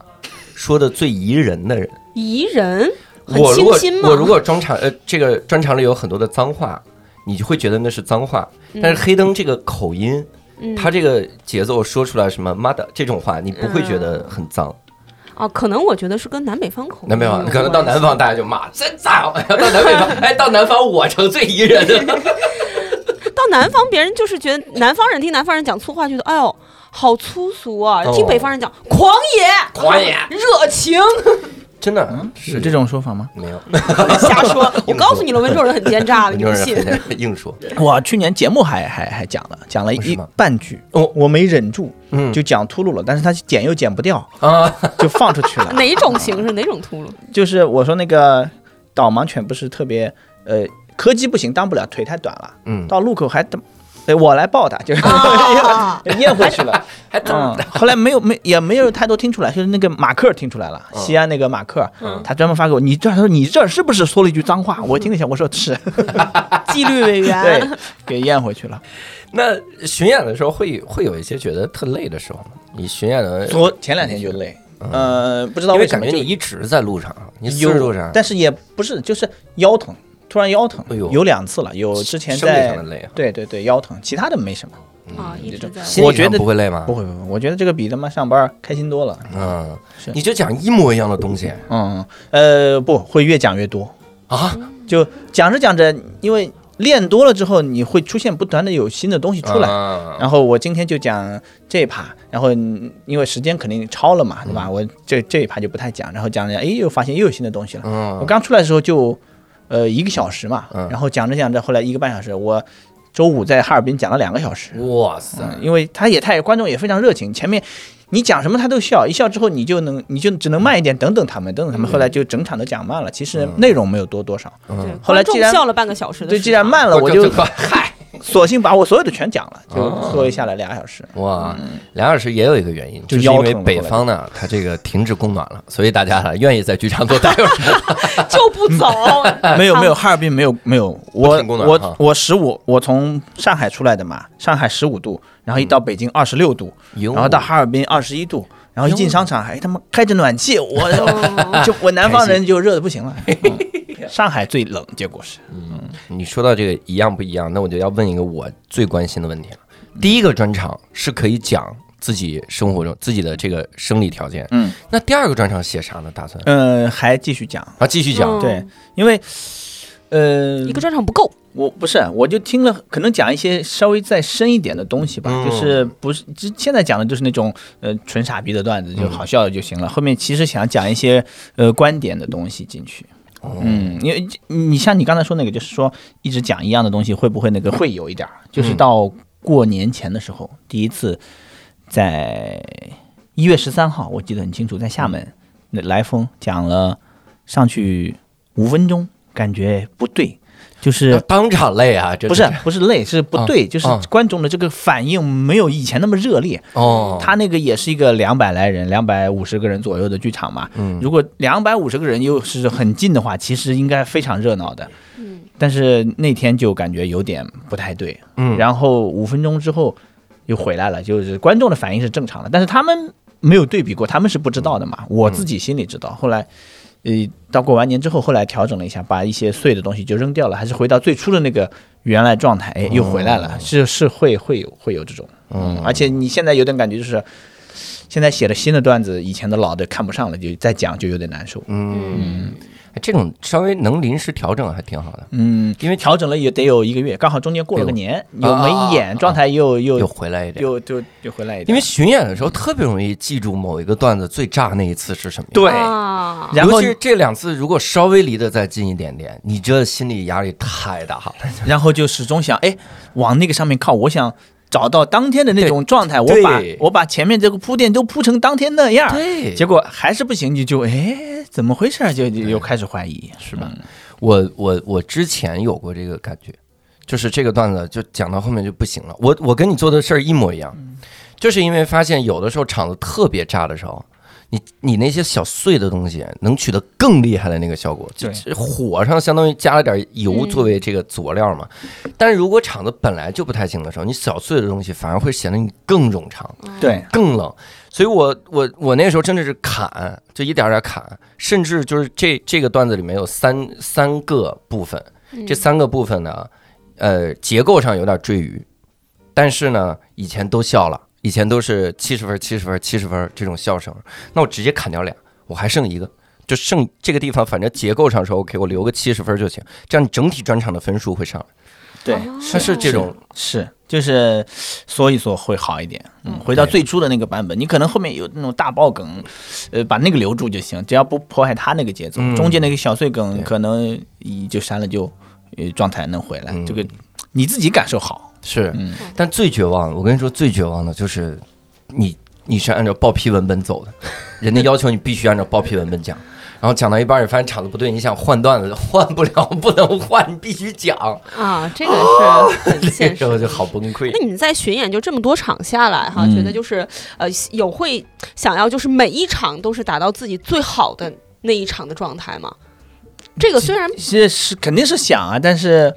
说的最宜人的人。
宜人，很
我如
清
果
新嘛。
我如果专场呃这个专场里有很多的脏话，你就会觉得那是脏话。但是黑灯这个口音，
嗯
他这个节奏说出来什么妈的这种话，你不会觉
嗯
得很脏。
哦，可能我觉得是跟南北方口音
南北方
有
可能到
关
南
系
方大家就骂真脏，要到南北方哎到南方我成最宜人的了。
到南方，别人就是觉得南方人听南方人讲粗话，觉得哎呦好粗俗啊
哦；
听北方人讲狂野、
狂野
热情，
真的
嗯，
是
有这种说法吗？
没有。
瞎 说。我告诉你了，温州人很奸诈的，
很
你
多
不
人
信？
很硬 说，
我去年节目还还还讲了，讲了
是
一
吗
半句，
哦
我没忍住，
嗯
就讲秃噜了，但是他剪又剪不掉，
啊，
就放出 去了。
哪种形式？哪种秃噜？
就是我说那个导盲犬不是特别呃柯基不行，当不了，腿太短了，
嗯，
到路口还等，呃我来报答，就是
啊
咽回去了。
还怎
嗯，后来没有没也没有太多听出来，就是那个马克听出来了，
嗯
西安那个马克，
嗯
他专门发给我，你这儿他说你这儿是不是说了一句脏话？我听了一下，我说是，
纪律
对
委员，，
给咽回去了。
那巡演的时候会会有一些觉得特累的时候吗？你巡演的，
昨前两天就累，呃，不知道
嗯因为
为什
感
么
觉
就
你一直在路上，你四
有
十多场，
但是也不是，就是腰疼，突然腰疼
哎呦，
有两次了，有之前
生理上
在
的嗯累啊，
对对对腰疼，其他的没什么。嗯
啊，一直在
心理
我觉
上
得
不会累吗
不？会不会，我觉得这个比他妈上班儿开心多了。
嗯
是，
你就讲一模一样的东西
嗯，呃，不会越讲越多，
啊，
就讲着讲着，因为练多了之后，你会出现不断的有新的东西出来。
来
然后我今天就讲这一趴，然后嗯因为时间肯定超了嘛，对
嗯
吧？我这这一趴就不太讲，然后讲着，哎，又发现又有新的东西了。
嗯
我刚出来的时候就，呃，一个小时嘛，
嗯
然后讲着讲着，后来一个半小时，我周五在哈尔滨讲了两个小时，
哇塞，
嗯，因为他也太观众也非常热情，前面你讲什么他都笑，一笑之后你就能你就只能慢一点，等等他们，等等他们，后来就整场都讲慢了，其实内容没有多多少，
对，
后来
观众
既然
笑了半个小时的时
对，
长，
既然慢了，我就
嗨。
索性把我所有的全讲了，就作为下来俩小时。
哇，梁老师也有一个原因，
嗯
就是
就
因
腰
为
疼了
北方呢，它这个停止供暖了，所以大家呢愿意在剧场多待 会儿。
就不走，哎
没有没有，哈尔滨没有没有，我
停供暖哈
我我十五，我从上海出来的嘛，上海十五度，然后一到北京二十六度，
哟
然后到哈尔滨二十一度，然后一进商场，哎他妈开着暖气，我就我南方人就热的不行了。嗯上海最冷，结果是
你说到这个一样不一样，那我就要问一个我最关心的问题了。
嗯
第一个专场是可以讲自己生活中自己的这个生理条件，
嗯，
那第二个专场写啥呢？打算
嗯，还继续讲，
啊继续讲
嗯
对，因为呃，
一个专场不够，
我不是，我就听了，可能讲一些稍微再深一点的东西吧，
嗯
就是不是，就现在讲的就是那种呃纯傻逼的段子，就好笑了就行了。后面其实想讲一些呃观点的东西进去。
哦
嗯，因为你像你刚才说那个，就是说一直讲一样的东西，会不会那个会有一点儿？就是到过年前的时候，第一次在一月十三号，我记得很清楚，在厦
嗯
门那来风讲了上去五分钟，感觉不对，就是
那当场累啊，这
嗯不是不是累，是不对，
啊
就是
啊
观众的这个反应没有以前那么热烈。
哦，
他那个也是一个两百来人、两百五十个人左右的剧场嘛。
嗯
如果两百五十个人又是很近的话，其实应该非常热闹的。但是那天就感觉有点不太对。
嗯
然后五分钟之后又回来了，就是观众的反应是正常的，但是他们没有对比过，他们是不知道的
嗯
嘛。我自己心里知道，后来。呃，到过完年之后，后来调整了一下，把一些碎的东西就扔掉了，还是回到最初的那个原来状态，哎，又回来
哦
了，是是会会有会有这种，嗯，而且你现在有点感觉就是，现在写的新的段子，以前的老的看不上了，就再讲就有点难受，
嗯
嗯
这种稍微能临时调整还挺好的，
嗯，
因为
调整了也得有一个月，刚好中间过了个年，
哎呦
有没
啊啊啊
演，状态又又
又回来一点。
又就就回来一点，
因为巡演的时候特别容易记住某一个段子最炸那一次是什么样。
对，
啊，
然
尤
后
其是这两次，如果稍微离得再近一点点，你这心理压力太大了。
然后就始终想，哎，往那个上面靠，我想找到当天的那种状态，我
对
把我把前面这个铺垫都铺成当天那样，
对
结果还是不行，你就哎怎么回事儿，就就又开始怀疑，是吧？
嗯我我我之前有过这个感觉，就是这个段子就讲到后面就不行了。
嗯
我我跟你做的事儿一模一样，就是因为发现有的时候场子特别炸的时候，你你那些小碎的东西能取得更厉害的那个效果，就
对
是火上相当于加了点油
嗯
作为这个佐料嘛。但是如果场子本来就不太行的时候，你小碎的东西反而会显得你更冗长。
对，
更冷，所以我我我那时候真的是砍，就一点儿点儿砍，甚至就是这这个段子里面有三三个部分，
嗯
这三个部分呢，呃，结构上有点赘余，但是呢，以前都笑了，以前都是七十分、七十分、七十分这种笑声，那我直接砍掉俩，我还剩一个。就剩这个地方，反正结构上是 OK，我留个七十分就行，这样你整体专场的分数会上来。
对，
哦
它是这种
是，就是缩一缩会好一点。嗯，回到
对
最初的那个版本，你可能后面有那种大爆梗，呃，把那个留住就行，只要不破坏他那个节奏。
嗯
中间那个小碎梗
对
可能一就删了就，呃，状态能回来。
嗯
这个你自己感受好。
是，
嗯
但最绝望，我跟你说，最绝望的就是你你是按照报批文本走的，人家要求你必须按照报批文本讲，然后讲到一半儿，你发现场子不对，你想换段子 换不了，不能换，你必须讲，
啊，这个是 很
这
现
时
实。
候就好崩溃
那。你们在巡演就这么多场下来哈，
嗯
觉得就是呃有会想要就是每一场都是达到自己最好的那一场的状态吗？这个虽然
嗯
是是肯定是想啊，但是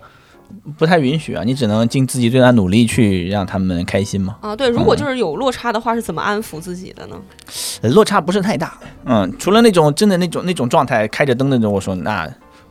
不太允许啊，你只能尽自己最大努力去让他们开心嘛。
啊，对，如
嗯
果就是有落差的话，是怎么安抚自己的呢？
呃落差不是太大。嗯，除了那种真的那种那种状态，开着灯那种，我说那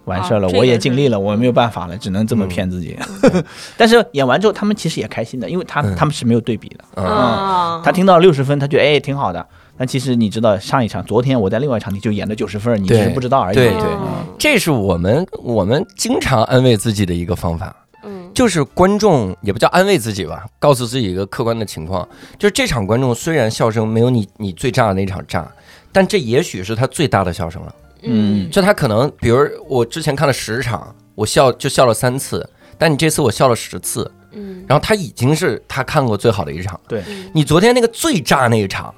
完事儿了，
啊这个
我也
是嗯
尽力了，我没有办法了，只能这么骗自己。 但是演完之后，他们其实也开心的，因为他、
嗯
他们是没有对比的。
嗯，
啊，
他听到六十分，他觉得哎挺好的。但其实你知道，上一场昨天我在另外一场你就演了九十分，你只是
对
不知道而已。
对
嗯
对这是我们我们经常安慰自己的一个方法，
嗯
就是观众也不叫安慰自己吧，告诉自己一个客观的情况，就是这场观众虽然笑声没有你你最炸的那场炸，但这也许是他最大的笑声了。
嗯
就他可能，比如我之前看了十场，我笑就笑了三次，但你这次我笑了十次，
嗯
然后他已经是他看过最好的一场。
对
嗯
你昨天那个最炸那一场，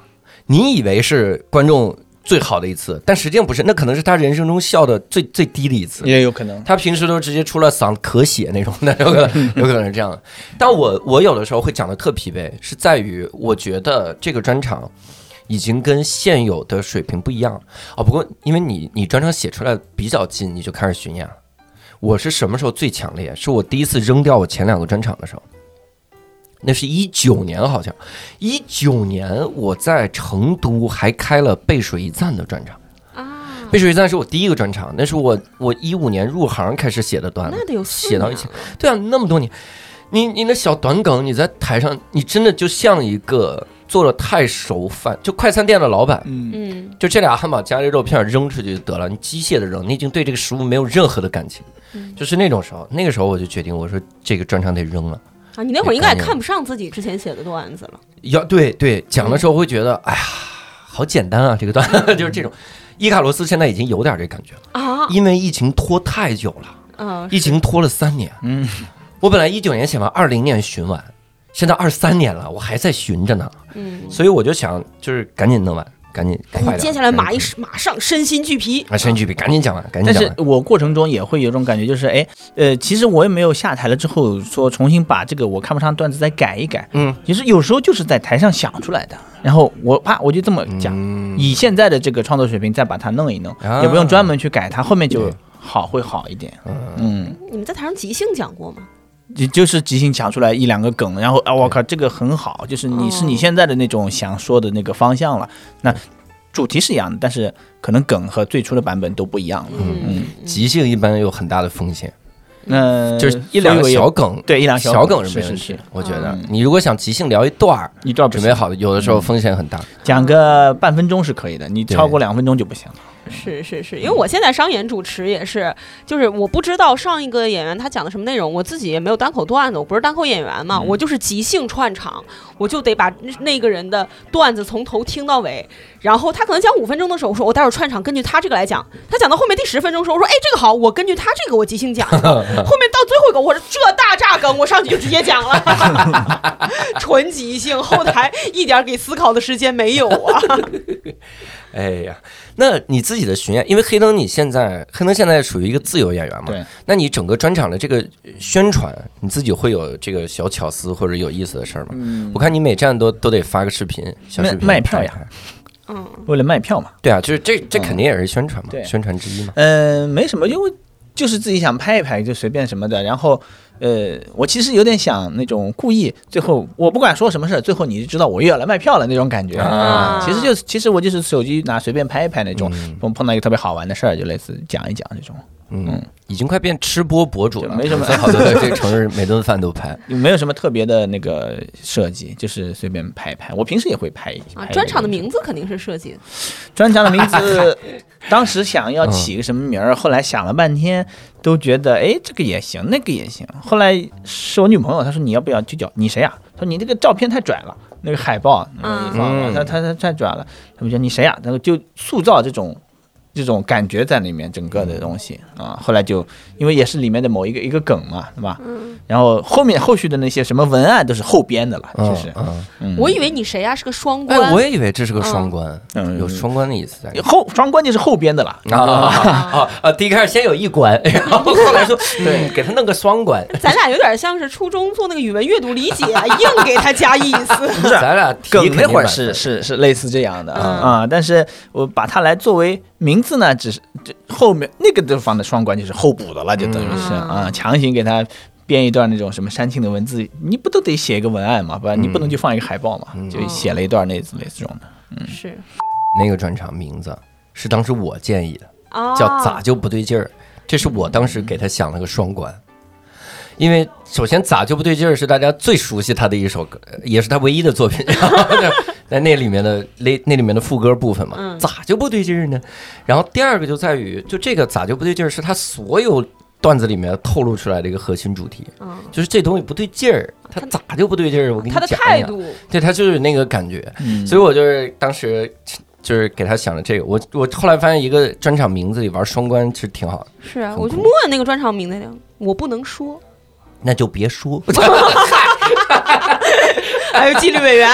你以为是观众最好的一次，但实际上不是，那可能是他人生中笑的最最低的一次。
也有可能。
他平时都直接出了嗓子咳血那种的，有可能有可能是这样的。但我我有的时候会讲的特疲惫，是在于我觉得这个专场已经跟现有的水平不一样了哦。不过因为你你专场写出来比较近，你就开始巡演了。我是什么时候最强烈？是我第一次扔掉我前两个专场的时候，那是一九年好像，一九年我在成都还开了背水一战的专场。
啊，
背水一战是我第一个专场，那是我我一五年入行开始写的段子，
嗯那得有四
写到一
年
起
了。
对啊，那么多年，你你那小短梗，你在台上，你真的就像一个做了太熟饭，就快餐店的老板，
嗯，
嗯
就这俩汉堡加这肉片扔出去就得了，你机械的扔，你已经对这个食物没有任何的感情，
嗯
就是那种时候，那个时候我就决定，我说这个专场得扔了。
啊，你那会儿应该也
也
看不上自己之前写的段子了。
要对对讲的时候会觉得，哎呀，好简单啊，这个段子 就是这种。伊卡罗斯现在已经有点这感觉了，
啊，
因为疫情拖太久了。
嗯，
疫情拖了三年。
嗯，
我本来一九年写完，二零年巡完，现在二三年了，我还在巡着呢。
嗯，
所以我就想，就是赶紧弄完，赶紧快
哎
嗯
你
点。
接下来马一
赶紧
马上身心俱疲
啊，神剧比赶紧讲完，赶紧
但
讲
是
完。
我过程中也会有种感觉，就是哎，呃，其实我也没有下台了之后说重新把这个我看不上的段子再改一改，
嗯，
其实有时候就是在台上想出来的，然后我啪我就这么讲，
嗯，
以现在的这个创作水平再把它弄一弄，
啊
也不用专门去改它，后面就
对
好会好一点。
嗯
嗯，
你们在台上即兴讲过吗？
也就是即兴讲出来一两个梗，然后啊，我靠，这个很好，就是你
哦
是你现在的那种想说的那个方向了。那主题是一样的，但是可能梗和最初的版本都不一样了。
嗯，
即兴一般有很大的风险，
那
就是一两个
所以我也
小梗，
对一呃两个
小
梗
梗是没
是
问
是
题。我觉得
嗯
你如果想即兴聊一段儿，
一段不
准
行
备好，有的
嗯
时候风险很大。
讲个半分钟是可以的，你
对
超过两分钟就不行了。
是是是，因为我现在商演主持也是，就是我不知道上一个演员他讲的什么内容，我自己也没有单口段子，我不是单口演员嘛，我就是即兴串场，我就得把那那个人的段子从头听到尾。然后他可能讲五分钟的时候，我说我待会儿串场根据他这个来讲。他讲到后面第十分钟的时候，我说哎这个好，我根据他这个我即兴讲。后面到最后一个，我说这大炸梗，我上去就直接讲了， 纯即兴，后台一点给思考的时间没有啊。
哎呀，那你自己的巡演，因为黑灯你现在黑灯现在属于一个自由演员嘛，
对，
那你整个专场的这个宣传，你自己会有这个小巧思或者有意思的事儿吗？我看你每站都都得发个视频，小视频
嗯卖卖票呀
看一看
嗯，
为了卖票嘛。
对啊，就是这这肯定也是宣传嘛，
对
宣传之一嘛。
嗯、没什么，因为就是自己想拍一拍就随便什么的。然后，呃，我其实有点想那种故意，最后我不管说什么事儿，最后你就知道我又要来卖票了那种感觉。
啊
其实就是，其实我就是手机拿随便拍一拍那种，碰碰到一个特别好玩的事儿，就类似讲一讲这种，
嗯，已经快变吃播博主了，
就没什么
最好的这个城市每顿饭都 拍。
没有什么特别的那个设计，就是随便拍一拍。我平时也会拍一
啊
拍，
专场的
名。
名字肯定是设计的，
专场的名字，当时想要起个什么名儿，后来想了半天，都觉得哎这个也行，那个也行。后来是我女朋友，她说你要不要就叫你谁呀、她说你这个照片太拽了，那个海报
嗯
一放，她她她太拽了。她们说你谁呀、然后就塑造这种这种感觉在里面，整个的东西啊。后来就因为也是里面的某一个一个梗嘛，对吧？然后后面后续的那些什么文案都是后编的了，
嗯
其实。
嗯，
嗯
我以为你谁呀是个双
哎，
关
我，也以为这是个双关，
嗯
有双关的意思在里面。
后双关键是后编的了。
啊啊啊！第一开始先有一关，然后后 来说，对，给他弄个双关。
咱俩有点像是初中做那个语文阅读理 解，硬给他加意思。
咱俩题
梗
肯定
那会儿
满
是
分
是是类似这样的
嗯
啊、但是我把它来作为名字呢，只是这后面那个地方的双关就是后补的了，就等于是
嗯
啊、强行给它编一段那种什么煽情的文字，你不都得写一个文案嘛，不然你不能就放一个海报嘛，
嗯
就写了一段类似类似这种的。
是
那个专场名字是当时我建议的，
啊，
叫“咋就不对劲儿”，这是我当时给他想了个双关。因为首先“咋就不对劲儿”是大家最熟悉他的一首歌，也是他唯一的作品。 然后呢，在那里面的那那里面的副歌部分嘛，
嗯
咋就不对劲儿呢？然后第二个就在于，就这个“咋就不对劲儿”是他所有段子里面透露出来的一个核心主题，
嗯
就是这东西不对劲儿，他咋就不对劲儿？我跟你
他
讲
的
一讲
态度，
对他就是那个感觉。
嗯
所以我就是当时就是给他想了这个，我我后来发现一个专场名字里玩双关其实挺好的，
是啊，
很
我就
酷
默那个专场名字，我不能说。
那就别说，
还有纪律委员，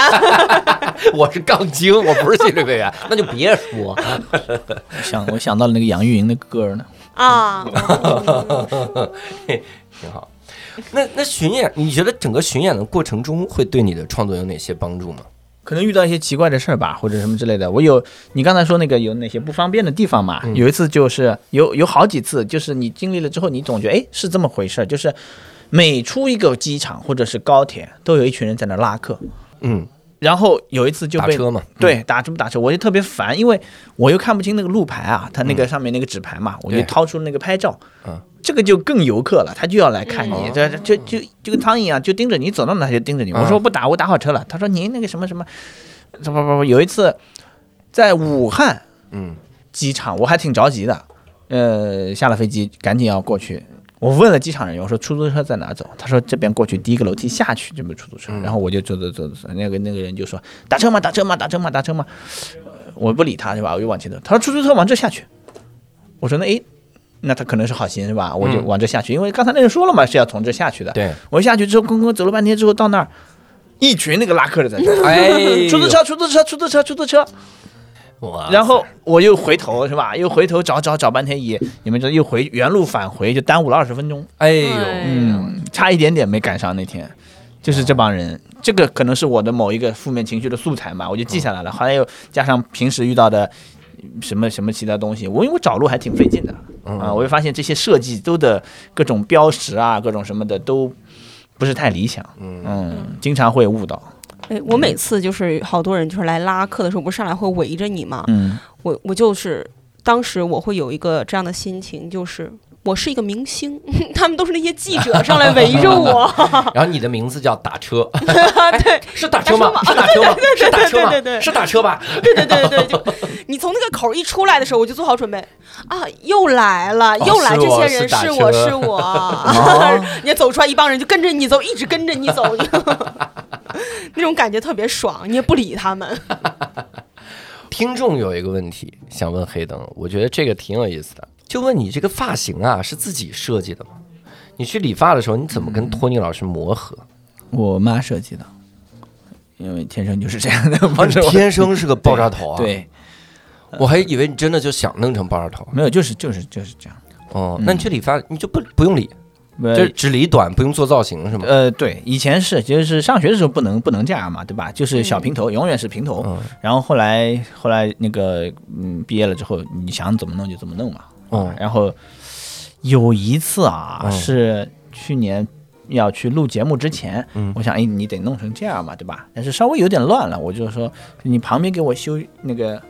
我是杠 精，我不是纪律委员，那就别说。
我想我想到了那个杨钰莹的歌儿呢，
啊，
挺好。那那巡演，你觉得整个巡演的过程中会对你的创作有哪些帮助吗？
可能遇到一些奇怪的事儿吧，或者什么之类的。我有你刚才说那个有哪些不方便的地方嘛？
嗯
有一次就是有有好几次，就是你经历了之后，你总觉得哎是这么回事儿，就是每出一个机场或者是高铁，都有一群人在那儿拉客。
嗯，
然后有一次就
打
被
车嗯嘛，
对，打车不打车，我就特别烦，因为我又看不清那个路牌啊，它那个上面那个纸牌嘛，我
嗯
就
对
掏出那个拍照，
嗯
这个就更游客了，他就要来看你，
嗯
这这就就就跟苍蝇一样，就盯着你走到哪他就盯着你。我
嗯
说我不打，我打好车了。他说您那个什么什么，不不不，有一次在武汉
嗯
机场，我还挺着急的，呃，下了飞机赶紧要过去。我问了机场人员，我说出租车在哪走？他说这边过去第一个楼梯下去就没有出租车。
嗯
然后我就走走走走，那个那个人就说打车吗？打车吗？打车吗？打车吗？呃我不理他对吧？我又往前走，他说出租车往这下去。我说那诶，那他可能是好心是吧？我就
嗯
往这下去，因为刚才那人说了嘛，是要从这下去 的。
对，
我下去之后，空空走了半天之后到那儿，一群那个拉客的在这 儿，
哎 呦，
出租车，出租车，出租车，出租车。
哇，
然后我又回头是吧？又回头找找找半天也，你们这又回原路返回，就耽误了二十分钟。
哎呦，
嗯，差一点点没赶上那天，就是这帮人，这个可能是我的某一个负面情绪的素材嘛，我就记下来了。后来又加上平时遇到的嗯什么什么其他东西，我因为我找路还挺费劲的啊，我就发现这些设计都的各种标识啊，各种什么的都不是太理想，嗯，经常会误导，
哎，我每次就是好多人就是来拉客的时候，不是上来会围着你吗？
嗯
我我就是当时我会有一个这样的心情，就是我是一个明星， 他们都是那些记者上来围着 我，
然后你的名字叫打车，
对
是打车吗？ 是打车吗？是打车吗？是打车吧？
对对对对，就你从那个口一出来的时候，我就做好准备啊，又来了，又来，
哦是
这
我
些
是
人
打
是
车
我是我，
哦
你走出来一帮人就跟着你走，一直跟着你走， 那种感觉特别爽，你也不理他们，
听众有一个问题想问黑灯，我觉得这个挺有意思的，就问你这个发型啊是自己设计的吗？你去理发的时候，你怎么跟托尼老师磨合？
我妈设计的，因为天生就是这 样的，
啊，
不
你
是我
天生是个爆炸头啊！，
对，
我还以为你真的就想弄成爆炸头。啊
没有，就是就是就是这样。
哦，那你去理发，你就不不用理，
呃
就是只理短，不用做造型是吗？
呃，对，以前是，就是上学的时候不能不能这样嘛，对吧？就是小平头，永远是平头。
嗯
然后后来后来那个嗯，毕业了之后，你想怎么弄就怎么弄嘛。
嗯
然后有一次啊，
嗯
是去年要去录节目之前，
嗯
我想哎，你得弄成这样嘛，对吧？但是稍微有点乱了，我就说你旁边给我修那个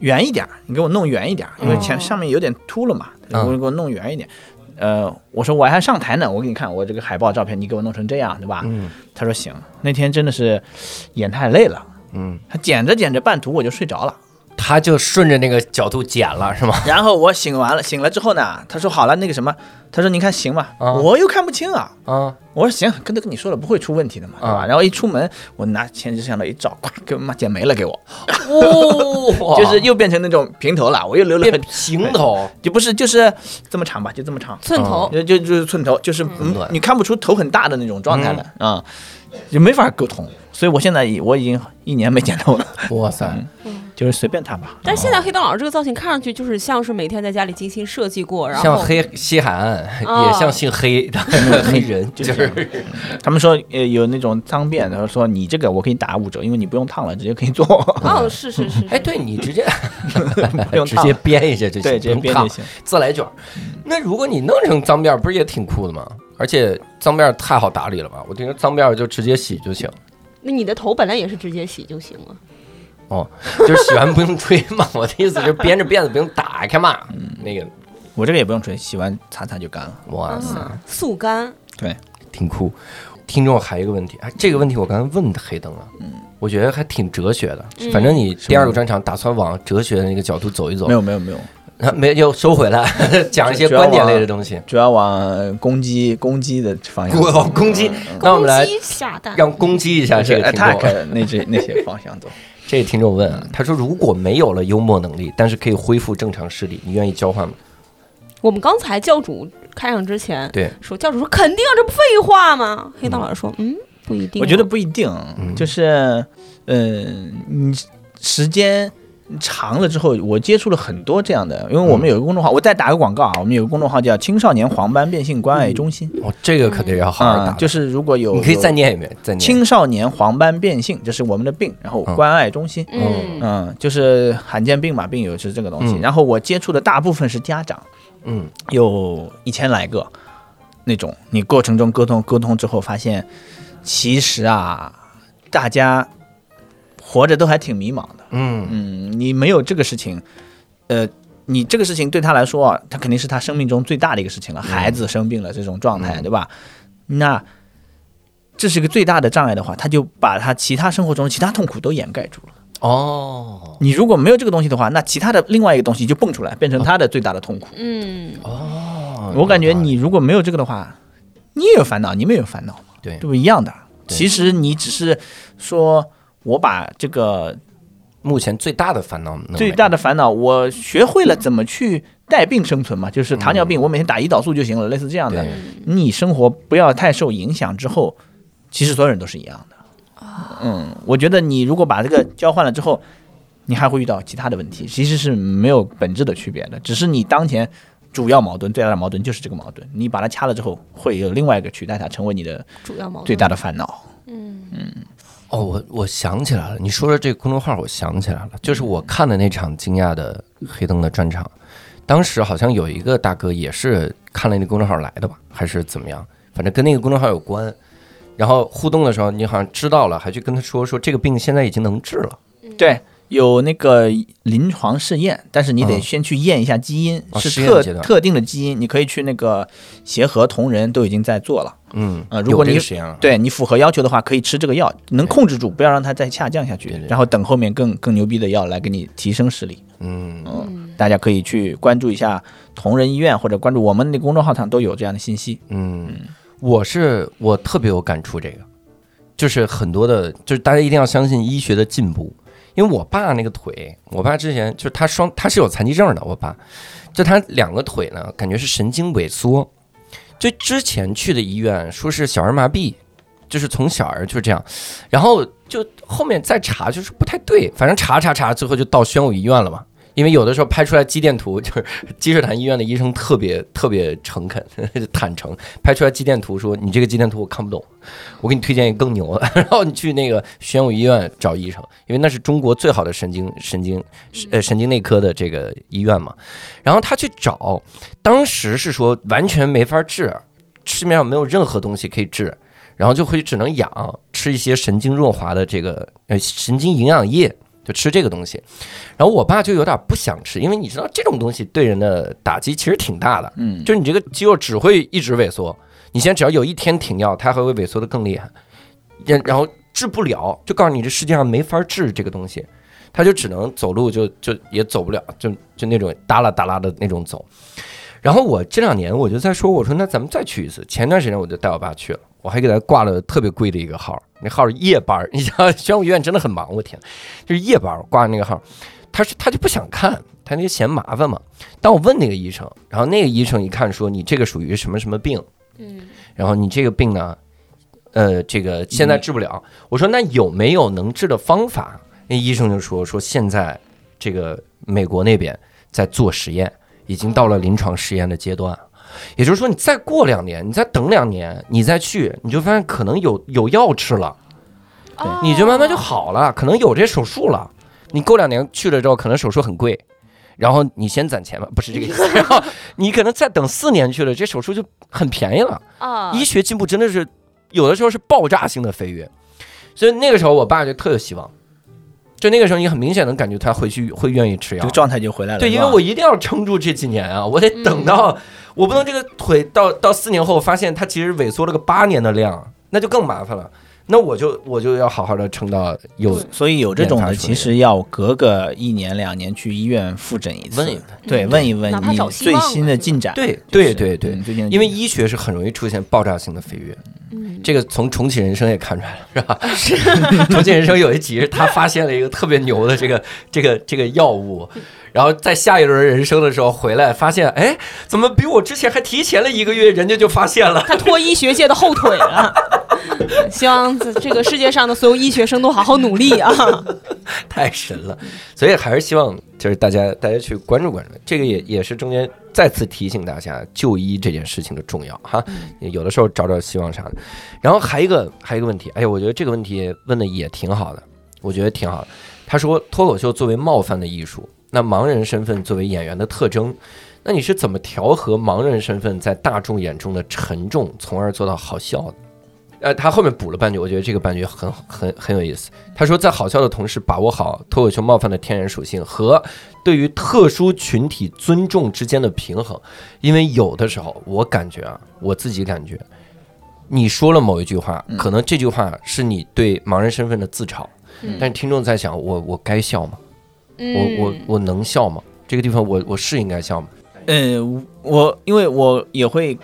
圆一点儿，你给我弄圆一点儿，因为前
哦
上面有点秃了嘛，
嗯
我给我弄圆一点。呃，我说我还上台呢，我给你看我这个海报照片，你给我弄成这样，对吧？
嗯
他说行。那天真的是演太累了，
嗯，
他剪着剪着半途我就睡着了。
他就顺着那个角度剪了是吗？
然后我醒完了，醒了之后呢，他说好了，那个什么，他说您看行吗？
啊
我又看不清啊。
啊，
我说行，跟都跟你说了，不会出问题的嘛，对吧？
啊
然后一出门，我拿前置摄像头一照，咵，给我妈剪没了，给我，
哇
就是又变成那种平头了，我又留了
哦变
很，
平头，
就不是就是这么长吧，就这么长，
寸
哦
头，
就就就是寸头，就是嗯
乱
你看不出头很大的那种状态了
嗯
啊、就没法沟通。所以我现在已我已经一年没剪头了，
哇塞，
就是随便他吧。
但是现
哦
在黑灯老师这个造型看上去就是像是每天在家里精心设计过，然后
像黑西海岸，
哦
也像姓黑的黑人，就是
他们说呃有那种脏辫，然后说你这个我可以打五折，因为你不用烫了，直接可以 做，
哦，是是是，
哎，对你直接
不 用
直
烫
接
了。
编一下就行，
对，直
不
接
用
编
烫
就行。
自来卷儿。那如果你弄成脏辫，儿，不是也挺酷的吗？而且脏辫儿太好打理了吧？我听说脏辫儿就直接洗就行，
那你的头本来也是直接洗就行了。
哦就是洗完不用吹嘛。我的意思就是编着辫子不用打开嘛。
嗯
那个，
我这个也不用吹，洗完擦擦就干了。
哇塞，
啊，速干，
对，
挺酷。听众还有一个问题，哎，这个问题我刚才问的黑灯了，
嗯
我觉得还挺哲学的。
嗯
反正你第二个专场打算往哲学的那个角度走一走
没，有没有没有，
啊没又收回来， 讲一些观点类的东西。
主要往攻击攻击的方向走。
我攻击，
嗯
那我们来
公鸡下蛋，
让攻击一下这个听众。
attack 那这那些方 向走。
这个听众问啊，他说如果没有了幽默能力，但是可以恢复正常视力，你愿意交换吗？
我们刚才教主开场之前，
对，
说教主说肯定啊，这不废话吗？黑道老师说，嗯，不一定啊。
我觉得不一定，
嗯
就是嗯，你时间。长了之后，我接触了很多这样的，因为我们有一个公众
嗯
号，我再打个广告啊，我们有个公众号叫“青少年黄斑变性关爱中心
哦，这个可得要”，好好打
啊、
的。
就是如果有
你可以
有
再念一遍，再念。
青少年黄斑变性，这是我们的病，然后
嗯
关爱中心，
哦
嗯，
嗯，就是罕见病嘛，病友是这个东西。
嗯
然后我接触的大部分是家长，
嗯
有一千来个那种。你过程中沟通沟通之后，发现其实啊，大家活着都还挺迷茫的。
嗯
嗯，你没有这个事情，呃，你这个事情对他来说啊，他肯定是他生命中最大的一个事情了。孩子生病了这种状态，对吧？那这是一个最大的障碍的话，他就把他其他生活中的其他痛苦都掩盖住了。
哦
你如果没有这个东西的话，那其他的另外一个东西就蹦出来，变成他的最大的痛苦。
嗯，
哦，
我感觉你如果没有这个的话，你也有烦恼，你们也有烦恼嘛，
啊对嗯
对不一样的。
对
其实你只是说，我把这个
目前最大的烦恼能没，
最大的烦恼，我学会了怎么去带病生存嘛，就是糖尿病，我每天打胰岛素就行了，类似这样的
嗯对。
你生活不要太受影响之后，其实所有人都是一样的。嗯，我觉得你如果把这个交换了之后，你还会遇到其他的问题，其实是没有本质的区别的，只是你当前主要矛盾、最大的矛盾就是这个矛盾，你把它掐了之后，会有另外一个取代它，成为你的
主要矛盾
最大的烦恼。
哦，我我想起来了，你说的这个公众号，我想起来了，就是我
嗯
看的那场惊讶的黑灯的专场，当时好像有一个大哥也是看了那公众号来的吧，还是怎么样，反正跟那个公众号有关。然后互动的时候，你好像知道了，还去跟他说说这个病现在已经能治了，
对，有那个临床试验，但是你得
嗯
先去验一下基因，
哦试
是
验
特
阶段
特定的基因，你可以去那个协和同仁都已经在做了。
嗯，
啊如
有
果
这
你
个实验了，
对你符合要求的话，可以吃这个药，能控制住，不要让它再下降下去，
对对
然后等后面更更牛逼的药来给你提升实力。
嗯，
嗯，大家可以去关注一下同仁医院，或者关注我们的公众号上都有这样的信息。
嗯，我是我特别有感触，这个就是很多的，就是大家一定要相信医学的进步。因为我爸那个腿，我爸之前就是他双他是有残疾证的，我爸就他两个腿呢，感觉是神经萎缩。就之前去的医院说是小儿麻痹，就是从小儿就这样，然后就后面再查就是不太对，反正查查查，最后就到宣武医院了嘛。因为有的时候拍出来肌电图，就是 积水潭医院的医生特别特别诚恳、 坦诚，拍出来肌电图说你这个肌电图我看不懂，我给你推荐一个更牛的， 然后你去那个宣武医院找医生，因为那是中国最好的神经神经呃神经内科的这个医院嘛。然后他去找，当时是说完全没法治，市面上没有任何东西可以治，然后就会只能养，吃一些神经润滑的这个呃神经营养液，就吃这个东西。然后我爸就有点不想吃，因为你知道这种东西对人的打击其实挺大的，
嗯
就是你这个肌肉只会一直萎缩，你现在只要有一天停药，它还会萎缩的更厉害，然然后治不了，就告诉你这世界上没法治这个东西，他就只能走路就就也走不了，就就那种耷拉耷拉的那种走。然后我这两年我就在说，我说那咱们再去一次。前段时间我就带我爸去了，我还给他挂了特别贵的一个号，那号是夜班儿。你知道宣武医院真的很忙，我天，就是夜班儿我挂的那个号，他是他就不想看，他那个嫌麻烦嘛。但我问那个医生，然后那个医生一看说你这个属于什么什么病，
嗯，
然后你这个病呢，呃，这个现在治不了。我说那有没有能治的方法？那医生就说说现在这个美国那边在做实验，已经到了临床试验的阶段。也就是说，你再过两年，你再等两年，你再去，你就发现可能有有药吃了，
哦
你就慢慢就好了，可能有这手术了。你过两年去了之后，可能手术很贵，然后你先攒钱吧，不是这个意思。 然后你可能再等四年去了，这手术就很便宜了。
啊，
医学进步真的是有的时候是爆炸性的飞跃，所以那个时候我爸就特有希望，就那个时候你很明显能感觉他回去会愿意吃
这
药
个。状态就回来了。
对，因为我一定要撑住这几年啊，我得等到、我不能这个腿到到四年后发现它其实萎缩了个八年的量，那就更麻烦了。那我就我就要好好的撑到有
对
所以有这种
研发
的，
出来
其实要隔个一年两年去医院复诊一次，
问一问
对，问一问
嗯哪怕
你
找希
最
望
新
嘛
的
是吧
进展。
对
就是
对对对
嗯最近的
因为
进
医学是很容易出现爆炸性的飞跃，
嗯
这个从重启人生也看出来了，是吧？是 重启人生有一集是他发现了一个特别牛的这个 这个这个药物，然后在下一轮人生的时候回来发现，哎，怎么比我之前还提前了一个月，人家就发现了？
他拖医学界的后腿了。 希望这这个世界上的所有医学生都好好努力 啊！
太神了！所以还是希望就是大家大家去关注关注，这个也也是中间再次提醒大家就医这件事情的重要哈。有的时候找找希望啥的。然后还一个还一个问题，哎呀，我觉得这个问题问的也挺好的，我觉得挺好的。他说脱口秀作为冒犯的艺术，那盲人身份作为演员的特征，那你是怎么调和盲人身份在大众眼中的沉重，从而做到好笑的？呃，他后面补了半句，我觉得这个半句很很很有意思。他说，在好笑的同时，把握好脱口秀冒犯的天然属性和对于特殊群体尊重之间的平衡。因为有的时候，我感觉啊，我自己感觉，你说了某一句话，可能这句话是你对盲人身份的自嘲，
嗯
但是听众在想，我我该笑吗？
嗯
我我我能笑吗？这个地方我我是应该笑吗？
嗯，我因为我也会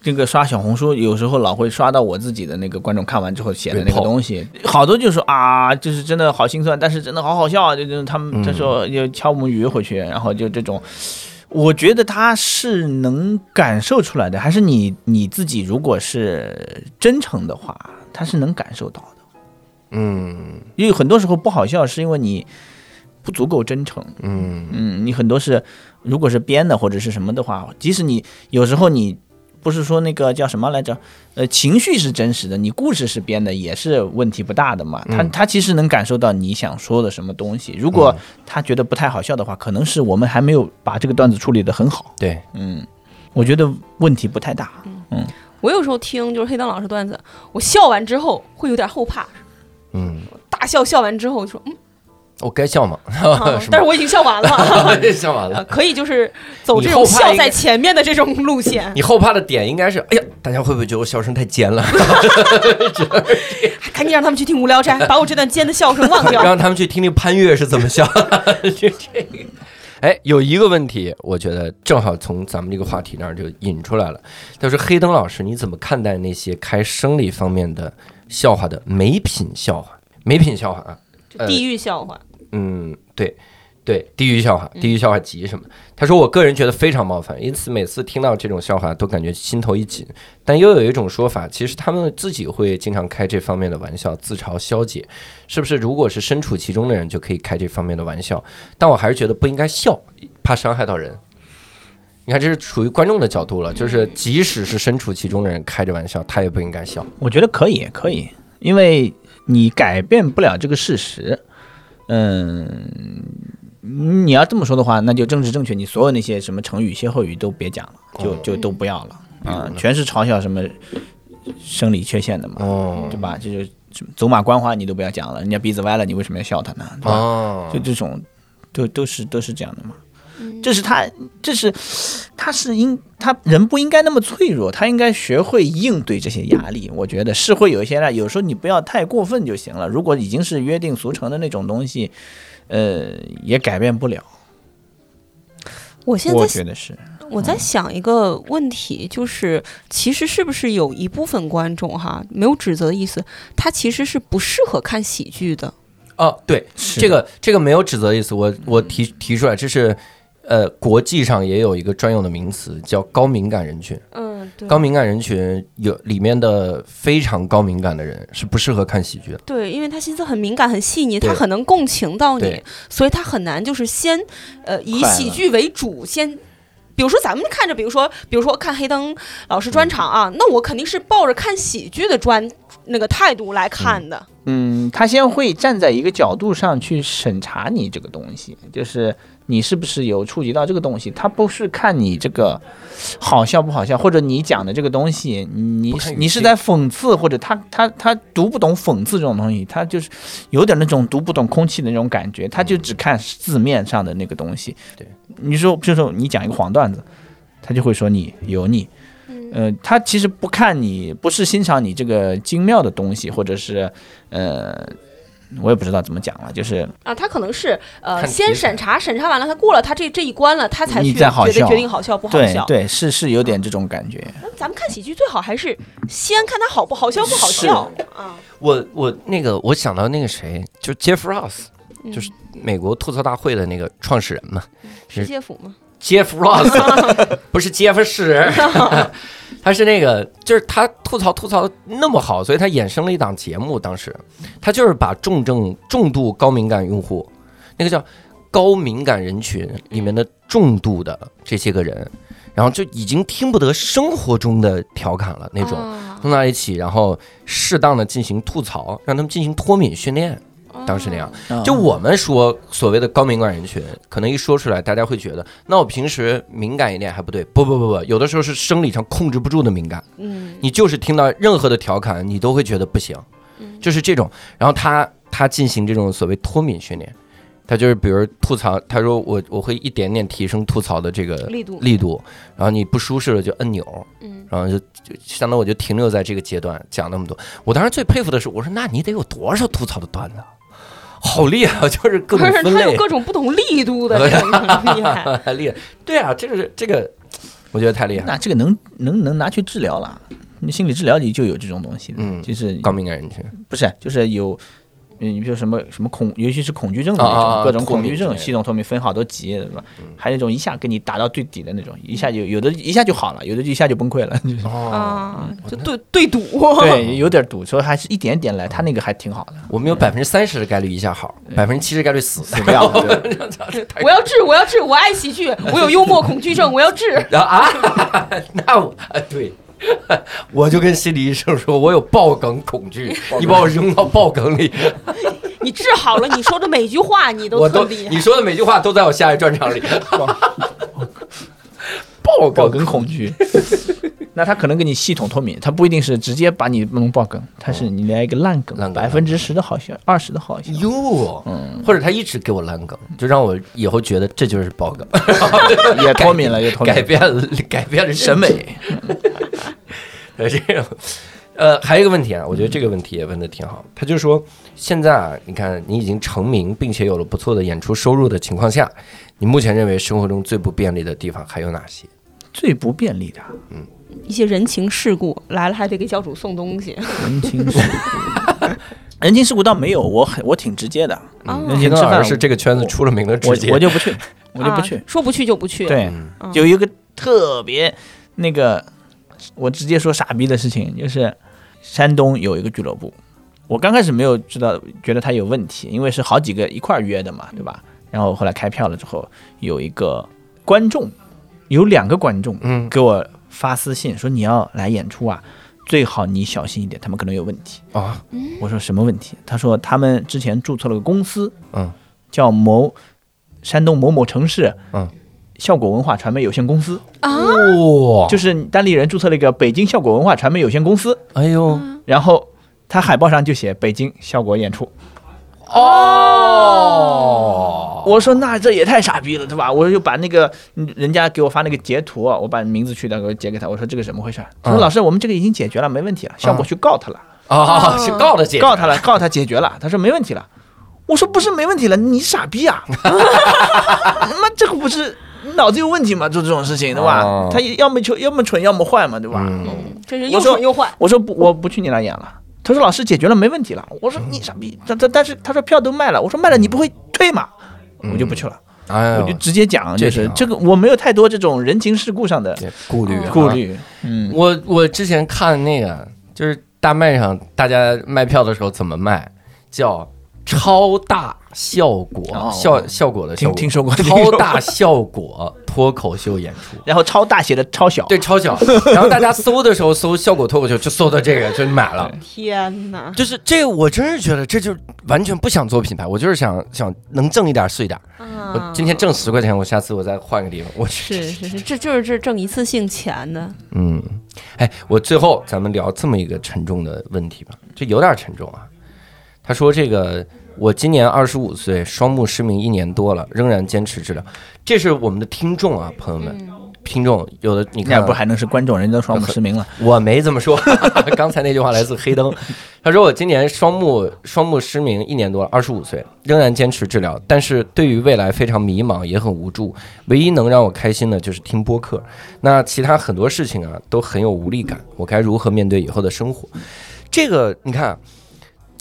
这个刷小红书，有时候老会刷到我自己的那个观众看完之后写的那个
Report
东西，好多就说啊，就是真的好心酸，但是真的好好笑啊，就就他们
嗯
他说就敲木鱼回去，然后就这种。我觉得他是能感受出来的，还是你你自己如果是真诚的话，他是能感受到的。
嗯
因为很多时候不好笑，是因为你不足够真诚。
嗯
嗯，你很多是如果是编的或者是什么的话，即使你有时候你不是说那个叫什么来着，呃，情绪是真实的，你故事是编的，也是问题不大的嘛。他
嗯
他其实能感受到你想说的什么东西。如果他觉得不太好笑的话，可能是我们还没有把这个段子处理得很好。
对，
嗯，我觉得问题不太大。
我有时候听就是黑灯老师段子，我笑完之后会有点后怕，
嗯，
大笑笑完之后说 嗯，
我该笑吗？
啊
哦是吗
但是我已经笑完 了，
笑完
呃
了。
可以就是走这
你后
种
怕应该
笑在前面的这种路线，
你后怕的点应该是，哎呀，大家会不会觉得我笑声太尖了？
赶紧让他们去听《无聊斋》，把我这段尖的笑声忘 掉。
让他们去听听潘越是怎么笑的， 就这个。哎，有一个问题，我觉得正好从咱们这个话题那儿就引出来了。他说：“黑灯老师，你怎么看待那些开生理方面的笑话的没品笑话？没品笑话啊，
呃地狱笑话，
嗯，对，对，地狱笑话，地狱笑话集什么的。他说，我个人觉得非常冒犯，因此每次听到这种笑话都感觉心头一紧。但又有一种说法，其实他们自己会经常开这方面的玩笑，自嘲消解，是不是？如果是身处其中的人，就可以开这方面的玩笑。但我还是觉得不应该笑，怕伤害到人。你看，这是属于观众的角度了，就是即使是身处其中的人开着玩笑，他也不应该笑。
我觉得可以，可以，因为你改变不了这个事实。嗯，你要这么说的话，那就政治正确，你所有那些什么成语、歇后语都别讲了，就就都不要了啊，全是嘲笑什么生理缺陷的嘛，
哦
对吧？这就是走马观花，你都不要讲了，人家鼻子歪了，你为什么要笑他呢？对吧？
哦
就这种，都都是都是这样的嘛。这是他，这是他是应他人不应该那么脆弱，他应该学会应对这些压力。我觉得是会有一些啦，有时候你不要太过分就行了。如果已经是约定俗成的那种东西，呃，也改变不了。
我现
我
在
觉得是，
我在想一个问题，就是其实是不是有一部分观众哈，没有指责的意思，他其实是不适合看喜剧的。
哦，对，
是
这个这个没有指责的意思，我我提提出来，这是呃，国际上也有一个专有的名词叫高敏感人群。
嗯，对
高敏感人群有里面的非常高敏感的人是不适合看喜剧的。
对，因为他心思很敏感、很细腻，
对
他很能共情到你
对，
所以他很难就是先呃以
快
喜
乐
剧为主先。比如说，咱们看着，比如说，比如说看黑灯老师专场
嗯
啊，那我肯定是抱着看喜剧的专那个态度来看的。
嗯，他先会站在一个角度上去审查你这个东西，就是你是不是有触及到这个东西。他不是看你这个好笑不好笑，或者你讲的这个东西，你
不看语
你是
境
在讽刺，或者他他他读不懂讽刺这种东西，他就是有点那种读不懂空气的那种感觉，他就只看字面上的那个东西。
对，
你说，比如说你讲一个黄段子，他就会说你油腻。
嗯
呃，他其实不看你，不是欣赏你这个精妙的东西，或者是呃，我也不知道怎么讲了，就是
啊，他可能是呃
看
先
题
审查，审查完了他过了他这这一关了，他才
你
去
再好
决定
笑
决定好笑不好
对
笑。
对，是是有点这种感觉。
那咱们看喜剧最好还是先看他好不好笑不好笑啊。
我我那个我想到那个谁，就 Jeff Ross，就是
嗯
美国吐槽大会的那个创始人嘛。
石介甫吗？
Jeff Ross 不是杰夫史，他是那个，就是他吐槽吐槽得那么好，所以他衍生了一档节目。当时他就是把重症、重度高敏感用户，那个叫高敏感人群里面的重度的这些个人，然后就已经听不得生活中的调侃了那种，
啊
弄到一起，然后适当的进行吐槽，让他们进行脱敏训练。当时那样，
嗯
啊
就我们说所谓的高敏感人群，可能一说出来，大家会觉得，那我平时敏感一点还不对？不不不不，有的时候是生理上控制不住的敏感，
嗯
你就是听到任何的调侃，你都会觉得不行，
嗯
就是这种。然后他他进行这种所谓脱敏训练，他就是比如吐槽，他说我我会一点点提升吐槽的这个
嗯力度
力度，然后你不舒适了就按钮，
嗯
然后就就相当于我就停留在这个阶段讲那么多。我当时最佩服的是，我说那你得有多少吐槽的段子啊，好厉害啊！就是各
不
种
是
分
他有
类，
各种不同力度的这种厉害。
害，厉害。对啊，这个是这个，我觉得太厉害了。
那这个能能能拿去治疗了，你心理治疗里就有这种东西的，
嗯
就是
高敏感人群，
不是啊就是有。嗯，你比如什么什么恐，尤其是恐惧症的那种，
啊啊啊
各种
脱
恐
敏
惧
之类
症
的嗯
系统脱敏分好多级，是吧？还有那种一下给你打到最底的那种，一下就有的一下就好了，有的就一下就崩溃了。就是
哦
啊，就对对赌，
对，有点堵，所以还是一点点来，他那个还挺好的。
我们有百分之三十的概率一下好，百分之七十概率死。
死不了，对
我要治，我要治，我爱喜剧，我有幽默恐惧症，我要治。
然后 啊， 那我啊对， 我就跟心理医生说，我有爆梗恐惧，你把我扔到爆梗里，
你治好了，你说的每句话你都
我
特
都
厉
你
害。
说的每句话都在我下一专场 里。爆
爆
梗
梗恐惧。 那他可能给你系统脱敏，他不一定是直接把你弄爆梗，他是你来一个烂梗，
哦烂梗
百分之十的好笑，二十的好 笑。
哟，或者他一直给我烂梗，就让我以后觉得这就是爆 梗，
也脱敏了也脱敏
改变了改变了
审美，
呃，这种，呃， 还有一个问题啊，我觉得这个问题也问的挺好。他就说，现在啊，你看你已经成名，并且有了不错的演出收入的情况下，你目前认为生活中最不便利的地方还有哪些？
最不便利的
一些人情世故来了还得给教主送东西，
人情世故， 人情世故倒没有，我很我挺直接的，
啊
人情
吃
老
饭
师是这个圈子出了名的直接
我我就不去，我就不
啊
去。
说不去就不去。，
对，
嗯
有一个特别那个，我直接说傻逼的事情，就是山东有一个俱乐部，我刚开始没有知道，觉得它有问题，因为是好几个一块儿约的嘛，对吧？然后后来开票了之后，有一个观众，有两个观众，
嗯
给我发私信说你要来演出啊，最好你小心一点，他们可能有问题。
啊，
我说什么问题？他说他们之前注册了个公司，
嗯，
叫某山东某某城市，
嗯，哦
效果文化传媒有限公司，
哇，
就是单立人注册了一个北京效果文化传媒有限公司，
哎呦，
然后他海报上就写北京效果演出。
哦，
我说那这也太傻逼了，对吧？我就把那个嗯人家给我发那个截图啊，我把名字去掉，给我截给他。我说这个怎么回事？他说
嗯
老师，我们这个已经解决了，没问题了。效果去告他了。
啊，是告了姐，
嗯告他了，告他解决了。他说没问题了，我说不是没问题了，你傻逼啊！ 他妈这个不是脑子有问题吗？做这种事情对吧？
哦
他要么就要么蠢，要么坏嘛，对吧？
嗯
真是
我
又
说
蠢又坏。
我说不，我不去你那演了。他说老师解决了，没问题了。我说你傻逼，但但但是他说票都卖了，我说卖了你不会退嘛？我就不去了，
嗯哎
我就直接讲，
这
就是
挺好
这个我没有太多这种人情世故上的
呦，顾虑啊
顾。虑。嗯，
我我之前看那个，就是大麦上大家卖票的时候怎么卖，叫超大效果
哦
效效果的效
听
果，
听说过
超大效果脱口秀演出。
然后超大写的超小，
对，超小。然后大家搜的时候搜效果脱口秀，就搜到这个，就买了。
嗯
天哪！
就是这，我真是觉得这就完全不想做品牌，我就是想想能挣一点是一点。
嗯
我今天挣十块钱，我下次我再换个地方。我
啊是是是，这就是这挣一次性钱的。
嗯，哎，我最后咱们聊这么一个沉重的问题吧，这有点沉重啊。他说：“这个我今年二十五岁，双目失明一年多了，仍然坚持治疗。”这是我们的听众啊，朋友们，听众有的你看
那
啊
不还能是观众，人家都双目失明了。
我没这么说， 刚才那句话来自黑灯。他说我今年双目双目失明一年多了，二十五岁，仍然坚持治疗，但是对于未来非常迷茫，也很无助。唯一能让我开心的就是听播客，那其他很多事情啊都很有无力感。我该如何面对以后的生活？这个你看啊，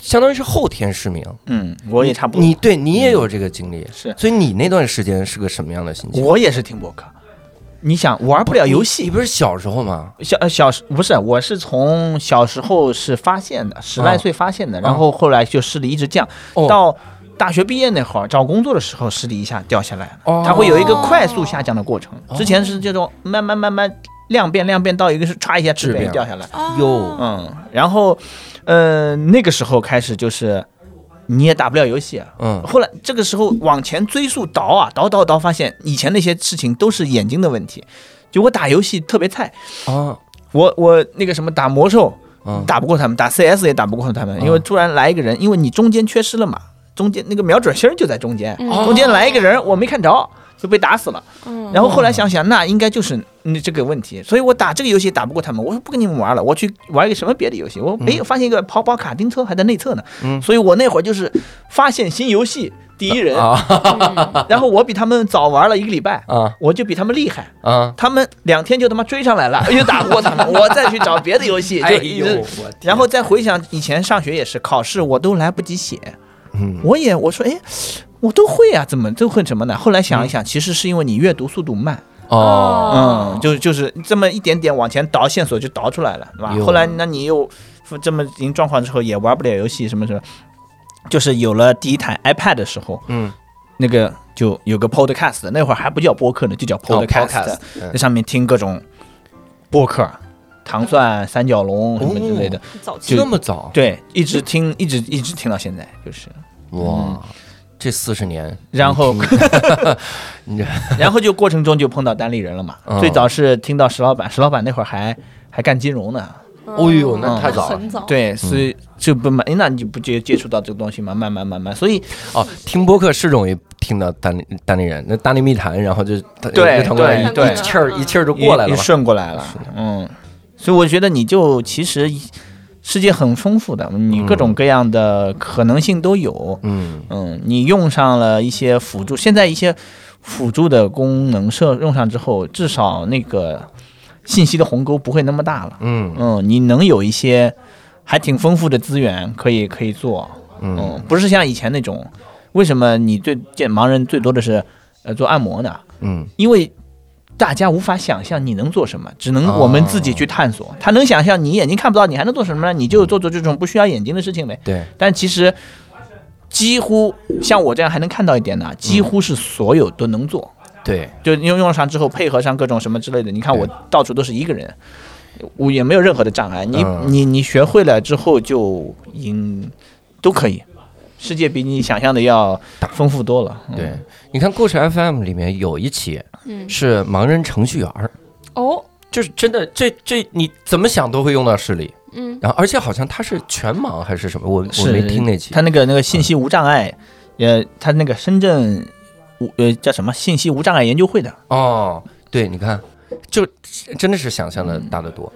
相当于是后天失明，
嗯，我也差不多。嗯
你对你也有这个经历，
是
所以你那段时间是个什么样的心情？
我也是听播客。你想玩不了游
你
戏，
不是小时候吗？
小呃小时不是，我是从小时候是发现的，十来岁发现的，然后后来就视力一直降，
哦
到大学毕业那会儿找工作的时候视力一下掉下来了，
哦
它会有一个快速下降的过程，之前是这种慢慢慢慢量变量变到一个是歘一下质
质变
变掉下来，
哦
哟，
嗯，然后呃那个时候开始就是你也打不了游戏、啊，
嗯
后来这个时候往前追溯倒啊倒倒倒，发现以前那些事情都是眼睛的问题。就我打游戏特别菜，
啊，
我我那个什么打魔兽
嗯
哦打不过他们，打 CS 也打不过他们，因为突然来一个人，因为你中间缺失了嘛，中间那个瞄准芯儿就在中间，中间来一个人我没看着就被打死了。然后后来想想，那应该就是你这个问题，所以我打这个游戏打不过他们，我说不跟你们玩了，我去玩一个什么别的游戏。我没有发现一个跑跑卡丁车还在内测呢，所以我那会儿就是发现新游戏第一人，
嗯
然后我比他们早玩了一个礼拜，
啊
我就比他们厉害。
啊！
他们两天就他妈追上来了， 又打不过 他们，我再去找别的游戏，
哎
就一
呦
直，
我天
然后再回想以前上学也是，考试我都来不及写，
嗯
我也我说哎，我都会啊，怎么都会什么呢？后来想一
嗯
想，其实是因为你阅读速度慢，
哦。
嗯，就就是这么一点点往前倒线索就倒出来了，对吧
哟？
后来那你又这么已经状况之后也玩不了游戏什么什么，就是有了第一台 iPad 的时候，
嗯，
那个就有个 Podcast，那会儿还不叫播客呢，就叫 Podcast，、
podcast，嗯
在上面听各种播客，糖蒜、三角龙什么之
哦
类的，
早期
就
这么早？
对，一直听，一直一直听到现在，就是，
嗯哇，这四十年，
然后
你这，
然后就过程中就碰到单立人了嘛，
嗯
最早是听到石老板，石老板那会儿还还干金融呢，
哎
哦呦，那太早了
很早。
对，所以就不慢，那你不接接触到这个东西嘛，慢慢慢慢，所以
哦！听播客是容易听到单立单立人，那单立密谈，然后就
对
就他们
对
一
对
一气儿一气儿就过来了
也也
嘛。
顺过来了，嗯，所以我觉得你就其实世界很丰富的，你各种各样的可能性都有，
嗯，
嗯，你用上了一些辅助，现在一些辅助的功能设用上之后，至少那个信息的鸿沟不会那么大了。
嗯
嗯，你能有一些还挺丰富的资源可以可以做，
嗯，
嗯，不是像以前那种，为什么你最见盲人最多的是呃做按摩呢？
嗯，
因为大家无法想象你能做什么，只
啊
能我们自己去探索。他能想象你眼睛看不到，你还能做什么呢？你就做做这种不需要眼睛的事情呗。
对，
但其实几乎像我这样还能看到一点
嗯
的，几乎是所有都能做。
对，
就用用上之后，配合上各种什么之类的，你看我到处都是一个人，我也没有任何的障碍。你、
嗯
你你学会了之后就应都可以，世界比你想象的要丰富多了。嗯
对，你看故事 FM 里面有一期
嗯，
是盲人程序员儿，
哦，
就是真的，这这你怎么想都会用到视力，
嗯，
然后而且好像他是全盲还是什么，我我
是
没听那期
他，那个那个信息无障碍，呃，他那个深圳无呃叫什么信息无障碍研究会的，
哦，对，你看，就真的是想象的大得多。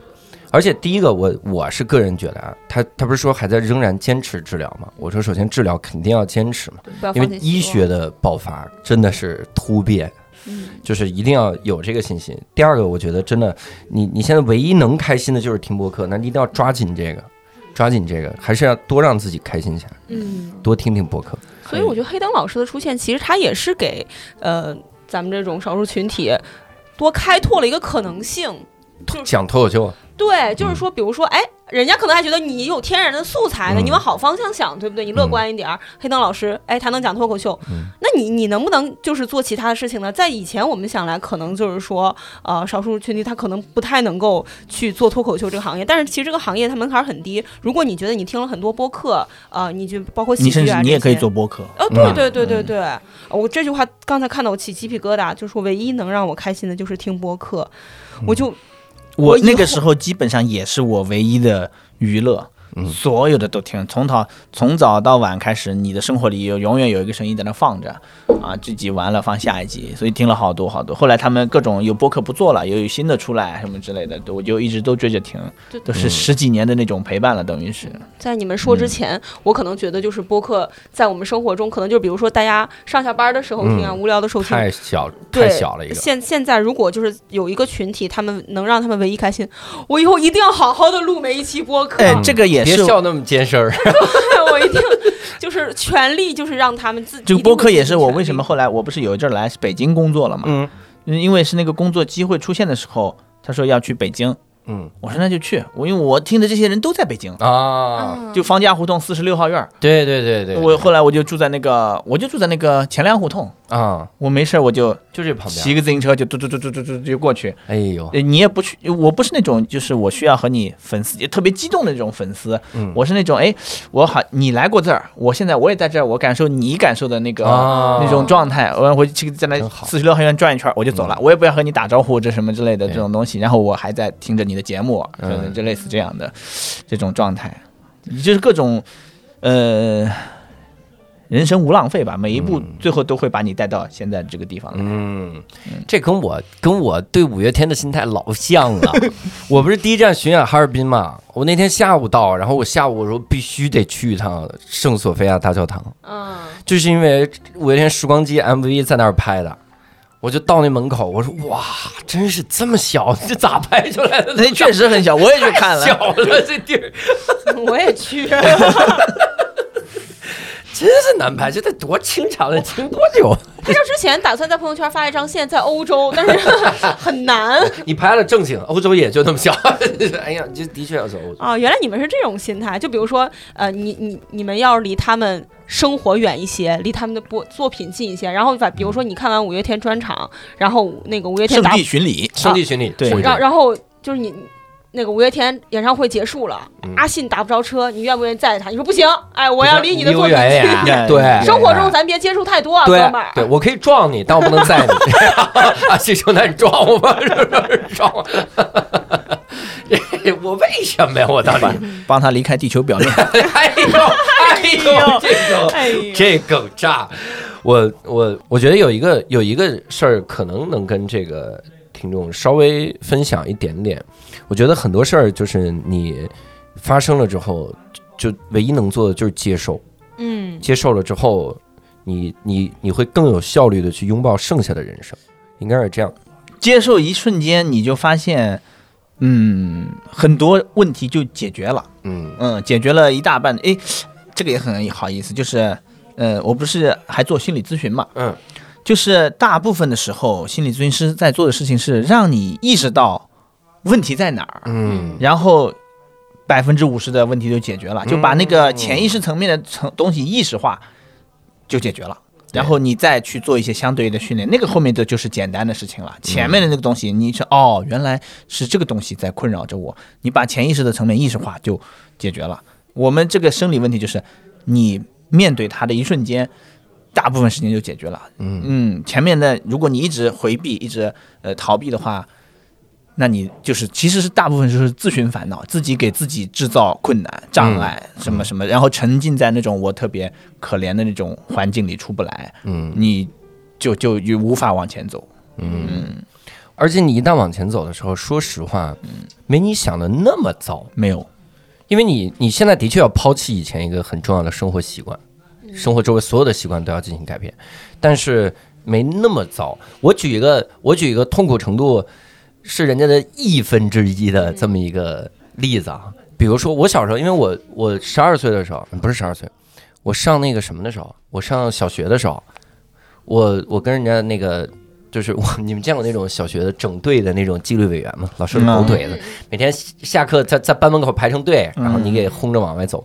而且第一个，我我是个人觉得啊，他他不是说还在仍然坚持治疗吗？我说首先治疗肯定要坚持嘛，
不要
因
放
为
弃
医
希望
学的爆发真的是突变，
嗯
就是一定要有这个信心。第二个，我觉得真的，你你现在唯一能开心的就是听播客，那你一定要抓紧这个，抓紧这个，还是要多让自己开心一下，
嗯，
多听听播客。
所以我觉得黑灯老师的出现，其实他也是给呃咱们这种少数群体多开拓了一个可能性。
讲脱口秀，
对，
嗯
就是说，比如说，哎，人家可能还觉得你有天然的素材呢，
嗯
你往好方向想，对不对？你乐观一点儿。
嗯
黑灯老师，哎，他能讲脱口秀，
嗯
那你你能不能就是做其他的事情呢？在以前我们想来，可能就是说，呃，少数群体他可能不太能够去做脱口秀这个行业，但是其实这个行业它门槛很低。如果你觉得你听了很多播客，呃，你就包括喜
你甚
剧
至
啊，
你也
这
可以
些
做。播客。
哦，对
嗯
对对对对，我这句话刚才看到我起鸡皮疙瘩，就是唯一能让我开心的就是听播客，我就
我
我以
那个
后
时候基本上也是我唯一的娱乐，
嗯
所有的都听，从早从早到晚开始，你的生活里有永远有一个声音在那放着，啊，这集完了放下一集，所以听了好多好多。后来他们各种有播客不做了，又有新的出来什么之类的，都我就一直都追着听
对，嗯
都是十几年的那种陪伴了，等于是。
在你们说之前，我可能觉得就是播客在我们生活中，可能就比如说大家上下班的时候听啊，
嗯
无聊的时候听。
太小
对
太小了一个，
现现在如果就是有一个群体，他们能让他们唯一开心，我以后一定要好好的录每一期播客，
哎，这个也
别
是。
笑那么尖声儿。
我一定就是全力就是让他们自己。
这个播客也是我为什
么
么后来我不是有一阵儿来北京工作了嘛，
嗯
嗯因为是那个工作机会出现的时候，他说要去北京，
嗯
我说那就去，我因为我听的这些人都在北京，
啊，
就方家胡同四十六号院儿。
对对对对，
我后来我就住在那个，我就住在那个前粮胡同。
啊，
我没事儿我就
就这旁
骑
边。
个自行车就嘟嘟嘟嘟嘟嘟就过去。
哎呦，
呃你也不去，我不是那种就是我需要和你粉丝也特别激动的那种粉丝，
嗯
我是那种哎，我好你来过这儿，我现在我也在这儿，我感受你感受的那个、
啊
那种状态，我我去在那
真好嗯
四十六号院转一圈儿，我就走了，我也不要和你打招呼这什么之类的
对
这种东西，然后我还在听着你的节目，
嗯
就就类似这样的这种状态，就是各种呃。人生无浪费吧，每一步最后都会把你带到现在这个地方来。
嗯，这跟我跟我对五月天的心态老像 了。我不是第一站巡演哈尔滨嘛，我那天下午到，然后我下午我说必须得去一趟圣索菲亚大教堂，
嗯，
就是因为五月天时光机 MV 在那儿拍的。我就到那门口，我说哇，真是这么小， 这咋拍出来的？
那确实很小，我也去 看 了。
小了这地儿，
我也去，
真是难拍，这得多清场得清多久？啊
拍照之前打算在朋友圈发一张现在在欧洲，但是 很难
你拍了正经，欧洲也就那么小。 哎呀，这的确要走欧洲。
啊。原来你们是这种心态，就比如说呃，你你你们要是离他们生活远一些，离他们的播作品近一些，然后把比如说你看完五月天专场，然后那个五月天
圣
打
地，巡礼，
圣地巡礼，
对
是不是
然后然后就是你那个五月天演唱会结束了，
嗯
阿信打不着车，你愿不愿意载他？你说不行，哎，我要离你的
离
作
我
品
远一
近。
点
远
对，
生活中咱别接触太多啊，哥
对
们儿。
对，我可以撞你，但我不能载你。 阿信说：“那你撞我吧，是不是撞我。 我为什么呀？我到底？
帮他离开地球表面。
哎呦，哎呦，这个
哎呦，
这梗炸！我我我觉得有一个有一个事儿，可能能跟这个听众稍微分享一点点。我觉得很多事儿就是你发生了之后，就就唯一能做的就是接受。
嗯，
接受了之后，你你你会更有效率的去拥抱剩下的人生，应该是这样。
接受一瞬间，你就发现嗯，很多问题就解决了，
嗯
嗯，解决了一大半。诶，这个也很好意思，就是，呃，我不是还做心理咨询嘛，
嗯
就是大部分的时候，心理咨询师在做的事情是让你意识到问题在哪儿，
嗯
然后百分之五十的问题就解决了，就把那个潜意识层面的层东西意识化，就解决了。然后你再去做一些相对应的训练，那个后面的就是简单的事情了。前面的那个东西，你是哦，原来是这个东西在困扰着我，你把潜意识的层面意识化就解决了。我们这个生理问题就是，你面对它的一瞬间，大部分时间就解决了。
嗯
嗯，前面的如果你一直回避、一直呃逃避的话，那你就是其实是大部分就是自寻烦恼，自己给自己制造困难、障碍
嗯
什么什么，然后沉浸在那种我特别可怜的那种环境里出不来，
嗯，
你就就就无法往前走。
而且你一旦往前走的时候，说实话，没你想的那么糟，
没有，
因为你你现在的确要抛弃以前一个很重要的生活习惯，生活周围所有的习惯都要进行改变，但是没那么糟。我举一个，我举一个痛苦程度是人家的亿分之一的这么一个例子啊。比如说我小时候，因为我我十二岁的时候，不是十二岁，我上那个什么的时候，我上小学的时候，我我跟人家那个。就是我，你们见过那种小学的整队的那种纪律委员吗？老师狗腿子，每天下课在在班门口排成队，然后你给轰着往外走。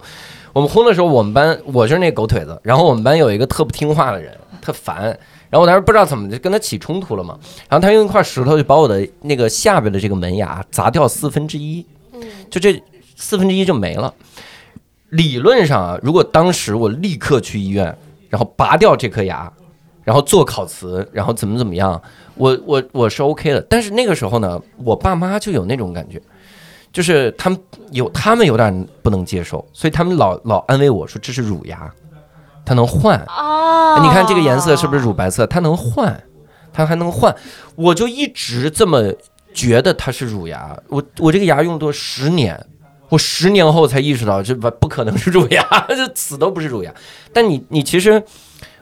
我们轰的时候，我们班我就是那狗腿子，然后我们班有一个特不听话的人，特烦。然后我当时不知道怎么就跟他起冲突了嘛，然后他用一块石头就把我的那个下边的这个门牙砸掉四分之一，就这四分之一就没了。理论上啊，如果当时我立刻去医院，然后拔掉这颗牙，然后做烤瓷，然后怎么怎么样，我我我是 OK 的。但是那个时候呢，我爸妈就有那种感觉，就是他们有他们有点不能接受，所以他们老老安慰我说这是乳牙，它能换。哎
哦
你看这个颜色是不是乳白色？它能换，它还能换。我就一直这么觉得它是乳牙，我我这个牙用多十年，我十年后才意识到这不不可能是乳牙， 这死都不是乳牙。但你你其实，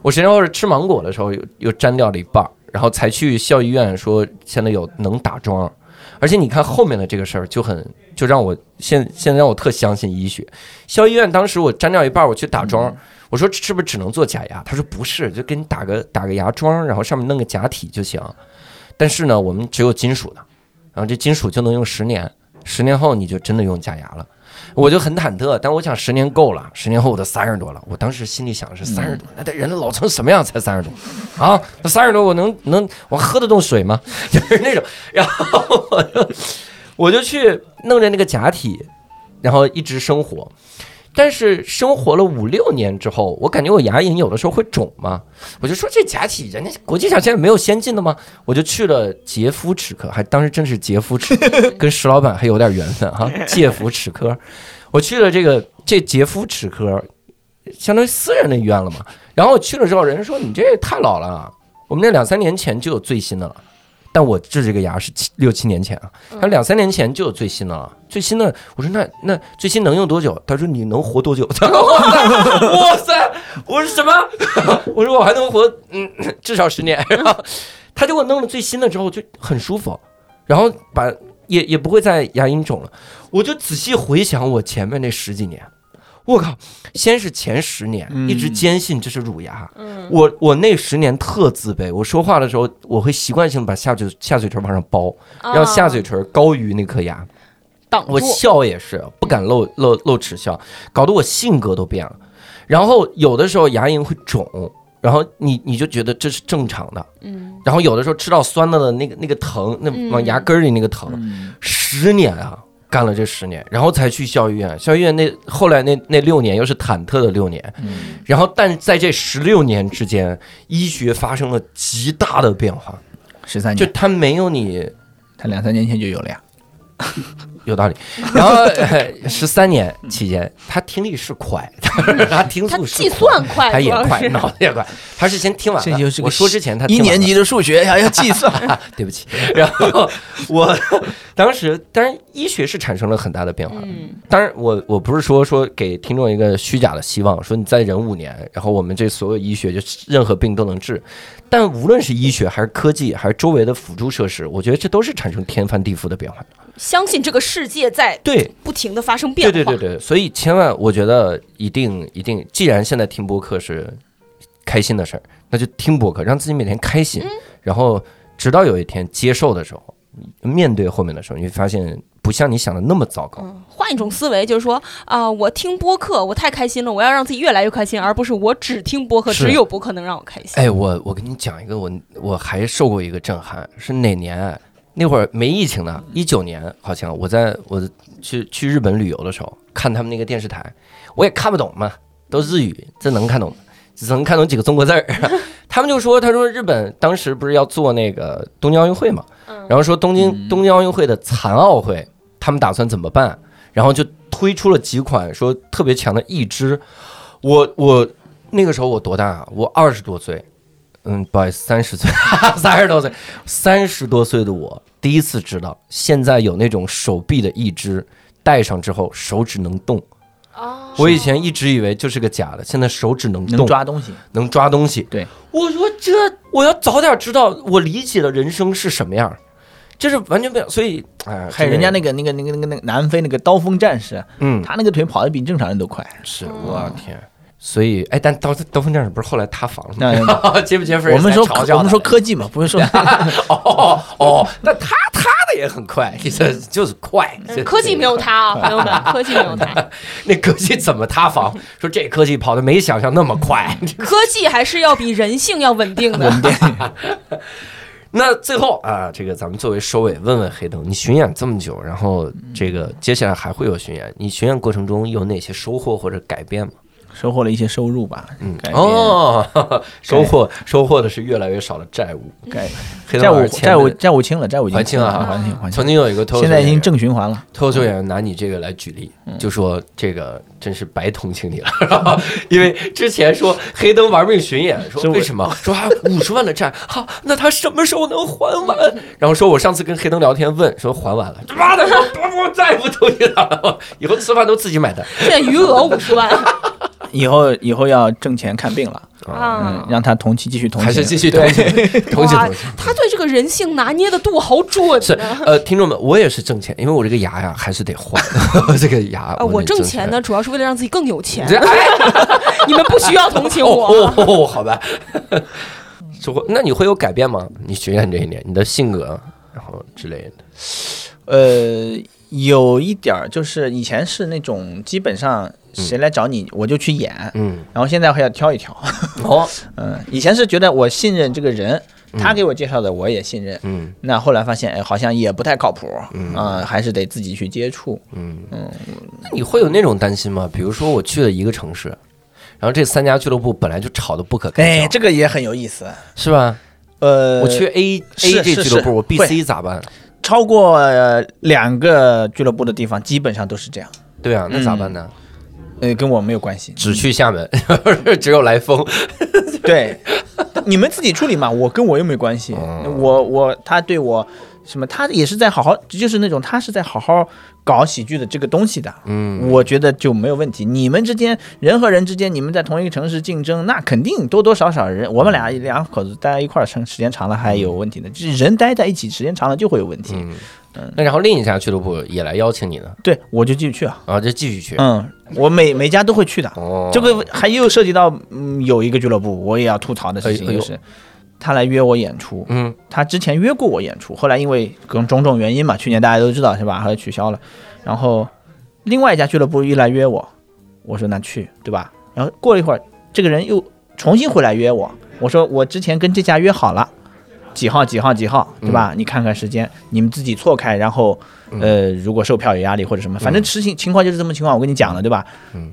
我十年后吃芒果的时候又又粘掉了一半儿，然后才去校医院说现在有能打桩。而且你看后面的这个事儿就很就让我现现在让我特相信医学。校医院当时我粘掉一半儿，我去打桩，我说是不是只能做假牙？他说不是，就给你打个打个牙桩，然后上面弄个假体就行。但是呢，我们只有金属的，然后这金属就能用十年，十年后你就真的用假牙了。我就很忐忑，但我想十年够了，十年后我都三十多了。我当时心里想的是三十多，那得人老成什么样才三十多啊？那三十多我能能我喝得动水吗？ 就是那种，然后我就我就去弄着那个假体，然后一直生活。但是生活了五六年之后，我感觉我牙龈有的时候会肿嘛，我就说这假体人家国际上现在没有先进的吗？我就去了杰夫齿科，还当时真是杰夫齿，跟石老板还有点缘分 哈、杰夫齿科，我去了这个这杰夫齿科，相当于私人的医院了嘛。然后我去了之后，人家说你这也太老了啊，我们这两三年前就有最新的了。但我治这个牙是七六七年前啊，他两三年前就有最新的了，最新的我说那那最新能用多久？他说你能活多久？ 他说哇塞，哇塞，我说什么？ 我说我还能活嗯至少十年。然后他就给我弄了最新的之后就很舒服，然后把也也不会再牙龈肿了。我就仔细回想我前面那十几年。我靠！先是前十年
嗯
一直坚信这是乳牙，
嗯
我我那十年特自卑，我说话的时候我会习惯性地把下嘴下嘴唇往上包，
哦
让下
嗯
嘴唇高于那颗牙。
挡
我笑也是不敢露露露齿笑，搞得我性格都变了。然后有的时候牙龈会肿，然后你你就觉得这是正常的。
嗯，
然后有的时候吃到酸的的那个那个疼，那
嗯
往牙根儿里那个疼，
嗯
十年啊，干了这十年，然后才去校医院。校医院那后来那那六年又是忐忑的六年，
嗯
然后但在这十六年之间，医学发生了极大的变化，
十三
就
年，
它没有你
他两三年前就有了呀。
呃有道理。然后十三年期间，他听力是快，他 他听
他
速是
计算快，
他
主
也
要
快，
是
脑子也快，他是先听完
这
了
就是。个
我说之前他
一
听完
年
了
级的数学还要计 算，
对不起。然后我当时，当然医学是产生了很大的变化的。
嗯
当然我，我不是说说给听众一个虚假的希望，说你再忍五年，然后我们这所有医学就任何病都能治。但无论是医学还是科技，还是周围的辅助设施，我觉得这都是产生天翻地覆的变化的。
相信这个世界在
对，
不停的发生变化。
对对对对，所以千万，我觉得一定一定，既然现在听播客是开心的事儿，那就听播客，让自己每天开心，
嗯
然后直到有一天接受的时候，面对后面的时候，你会发现不像你想的那么糟糕。
嗯，换一种思维，就是说啊、我听播客，我太开心了，我要让自己越来越开心，而不是我只听播客，
是
只有播客能让我开心。
哎，我我跟你讲一个，我我还受过一个震撼，是哪年啊？那会儿没疫情呢，一九年好像我在我去去日本旅游的时候，看他们那个电视台，我也看不懂嘛，都日语，这能看懂吗？只能看懂几个中国字儿。 他们就说，他说日本当时不是要做那个东京奥运会嘛，
嗯
然后说东京
嗯
东京奥运会的残奥会，他们打算怎么办？然后就推出了几款说特别强的义肢。我我那个时候我多大啊？我二十多岁，嗯，不好意思，三十岁， 三十多岁，三十多岁的我第一次知道，现在有那种手臂的义肢，戴上之后手指能动。
哦
我以前一直以为就是个假的，现在手指能动，
能抓东西。
能抓东西。
对，
我说这我要早点知道，我理解的人生是什么样儿，这是完全不一样。所以，哎，
还有人家
那
那个那个那个那个那个南非那个刀锋战士，
嗯，
他那个腿跑得比正常人都快。嗯
是我天。所以，哎，但刀刀锋战士不是后来塌房了吗？
那
杰夫杰弗瑞
我
斯
们
还
说
嘲
科
笑
我们
他
说科技嘛，不是说
哦哦，那他他的也很快，这 就是快。
嗯
这
科技没有他 啊，朋友们，科技没有他，
那科技怎么塌 房？说这科技跑的没想象那么快，
科技还是要比人性要稳定的。
那最后啊，这个咱们作为收尾，问问黑灯，你巡演这么久，然后这个
嗯
接下来还会有巡演，你巡演过程中有哪些收获或者改变吗？
收获了一些收入吧。
嗯
改，变，
哦，收获收获的是越来越少的债务，
改
黑
债
灯老
务
师
债
前
务
面
债务清了，债务已经
还清了啊
还清
曾
还清，
经有一个脱口
现
秀
在已
演
经
员，
正循环了。
脱口秀演员拿你这个来举例，就说这个真是白同情你了， 因为之前说黑灯玩命巡演，说
是我
为什么 说啊五十万的债，好、那他什么时候能还完？然后说我上次跟黑灯聊天问说还完了，妈的， 我我再也不同情他了，以后吃饭都自己买单。
现在余额五 十万
以后以后要挣钱看病了，嗯
啊，，
让他同期继续同
还是继续同情， 同情
哇
同情。，
他对这个人性拿捏的度好准
是
呢。
呃，听众们，我也是挣钱，因为我这个牙呀还是 得换，这个牙
啊，我
得
挣
钱
钱呢，主要是为了让自己更有钱
这。哎
你们不需要同情
哦
我，啊
哦哦，好吧。就会那你会有改变吗？你巡演这一年，你的性格，然后之类的。
呃，有一点儿就是以前是那种基本上谁来找你我就去演，
嗯，
然后现在还要挑一挑。
哦，
嗯，以前是觉得我信任这个人，他给我介绍的我也信任。
嗯
那后来发现，哎，好像也不太靠谱，嗯、还是得自己去接触。
嗯嗯，那你会有那种担心吗？比如说我去了一个城市，然后这三家俱乐部本来就吵得不可开
哎，
交，
这个也很有意思。
是吧？
呃，
我去 A A 这
是是
俱乐
是
部，我 B
会
C 咋办？
超过、呃两个俱乐部的地方，基本上都是这样。
对啊，那咋办呢？
呃，跟我没有关系。
只去厦门， 只有来风。
对，你们自己处理嘛，我跟我又没关系。
哦
我我他对我什么，他也是在好好，就是那种他是在好好搞喜剧的这个东西的。嗯，我觉得就没有问题。你们之间人和人之间，你们在同一个城市竞争，那肯定多多少少人，我们俩
嗯
两口子待在一块儿长时间长了还有问题的，就是人待在一起时间长了就会有问题。
嗯那然后另一家俱乐部也来邀请你呢，
对，我就继续去啊。
然后就继续去。
嗯，我每每家都会去的。
哦，
这个还又涉及到，嗯，有一个俱乐部我也要吐槽的事情
哎呦
就是，他来约我演出，
嗯，
他之前约过我演出，后来因为各种种种原因嘛，去年大家都知道是吧，后来取消了。然后另外一家俱乐部又来约我，我说那去对吧？然后过了一会儿，这个人又重新回来约我，我说我之前跟这家约好了。几号几号几号，对吧？你看看时间，你们自己错开，然后，呃，如果售票有压力或者什么，反正事情情况就是这么情况，我跟你讲了，对吧？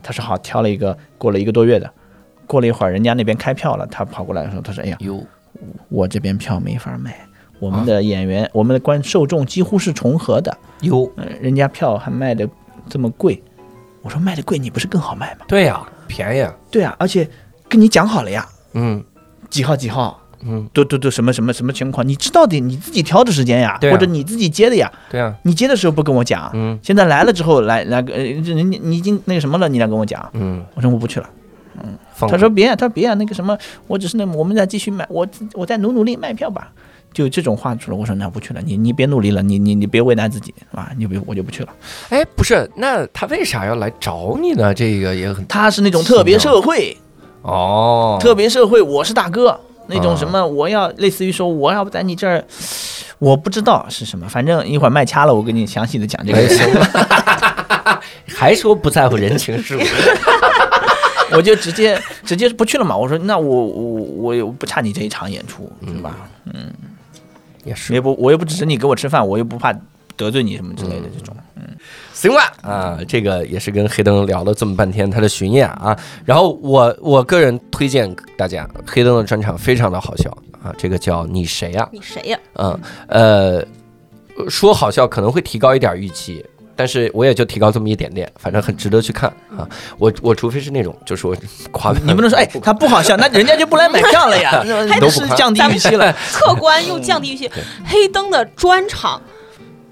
他说好，挑了一个过了一个多月的，过了一会儿，人家那边开票了，他跑过来说，他说，哎呀，
哟，
我这边票没法卖，我们的演员，我们的观受众几乎是重合的，呃
哟，
嗯、人家票还卖的这么贵，我说卖的贵，你不是更好卖吗？
对呀，
便宜啊，
对啊，而且跟你讲好了呀，
嗯
几号几号，
嗯，
都都都什么什么什么情况，你知道的，你自己挑的时间呀，
对啊
或者你自己接的呀，
对啊，
你接的时候不跟我讲，
嗯
现在来了之后来来个，呃人你你已经那个什么了，你来跟我讲，
嗯，
我说我不去了，
放
他说别，他说别，啊那个什么，我只是那我们再继续买，我我再努努力卖票吧。就这种话出来，我说那不去了，你你别努力了，你你你别为难自己啊，你别我就不去了。
哎，不是，那他为啥要来找你呢？这个也很
他是那种特别社会，
哦，
特别社会，我是大哥那种
啊
什么，我要类似于说我要在你这儿，我不知道是什么，反正一会儿卖掐了，我跟你详细的讲这
哎
个。
行吧还说不在乎人情世故，
我就直接直接不去了嘛。我说那我我我也不差你这一场演出，
嗯
是吧？
也
也
是
不我又不指着你给我吃饭，我又不怕得罪你什么之类的
嗯
这种。
行吧啊，这个也是跟黑灯聊了这么半天他的巡演啊，然后我我个人推荐大家黑灯的专场非常的好笑啊，这个叫你谁呀、
你谁呀、
嗯，呃，说好笑可能会提高一点预期，但是我也就提高这么一点点，反正很值得去看啊。我我除非是那种，就是我夸
你不能说哎，他不好笑，那人家就不来买票了呀，
都
那
不
是
看
降低预期 了。
客观又降 低预期。黑灯的专场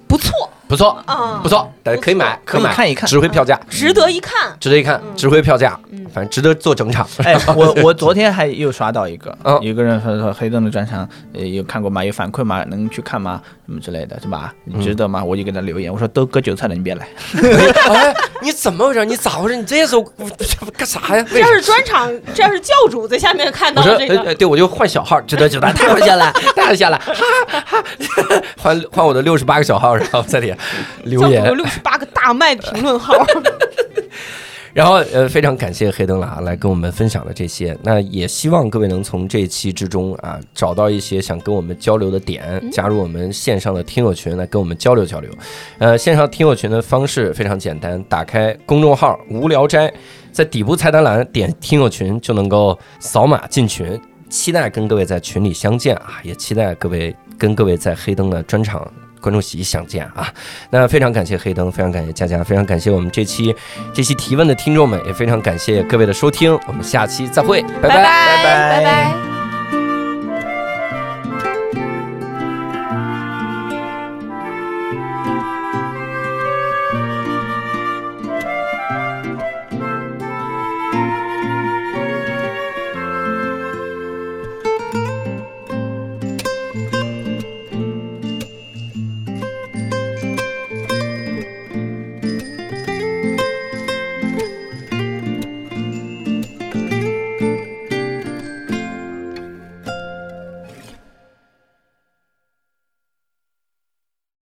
不错
不错，
啊，
不错，大家可以买，
可以
买
看一看
值回票价，
值得一看。
值得一看，值回票价，反正值得做整场。
哎，我我昨天还又刷到一个
嗯，
有个人说说黑灯的专场，呃，有看过吗？有反馈吗？能去看吗？什么之类的，是吧？你值得吗？我就给他留言，我说都割韭菜了，你别来。
哎，你怎么回事？你咋回事？你这时候干啥呀？
这要是专场，这要是教主在下面看
我
到
说，
了这
哎，
个，
哎对，我就换小号，值得值得，太好笑了， 太好笑了，哈 哈，换换我的六十八个小号，然后在里留言
教主，六十八个大麦评 论号，
然后呃，非常感谢黑灯啦来跟我们分享的这些，那也希望各位能从这一期之中啊找到一些想跟我们交流的点，加入我们线上的听友群来跟我们交流交流。呃，线上听友群的方式非常简单，打开公众号“无聊斋”，在底部菜单栏点听友群就能够扫码进群。期待跟各位在群里相见啊，也期待各位跟各位在黑灯的专场观众席相见啊。那非常感谢黑灯，非常感谢佳佳，非常感谢我们这期这期提问的听众们，也非常感谢各位的收听，我们下期再会，拜拜
拜
拜
拜
拜
拜。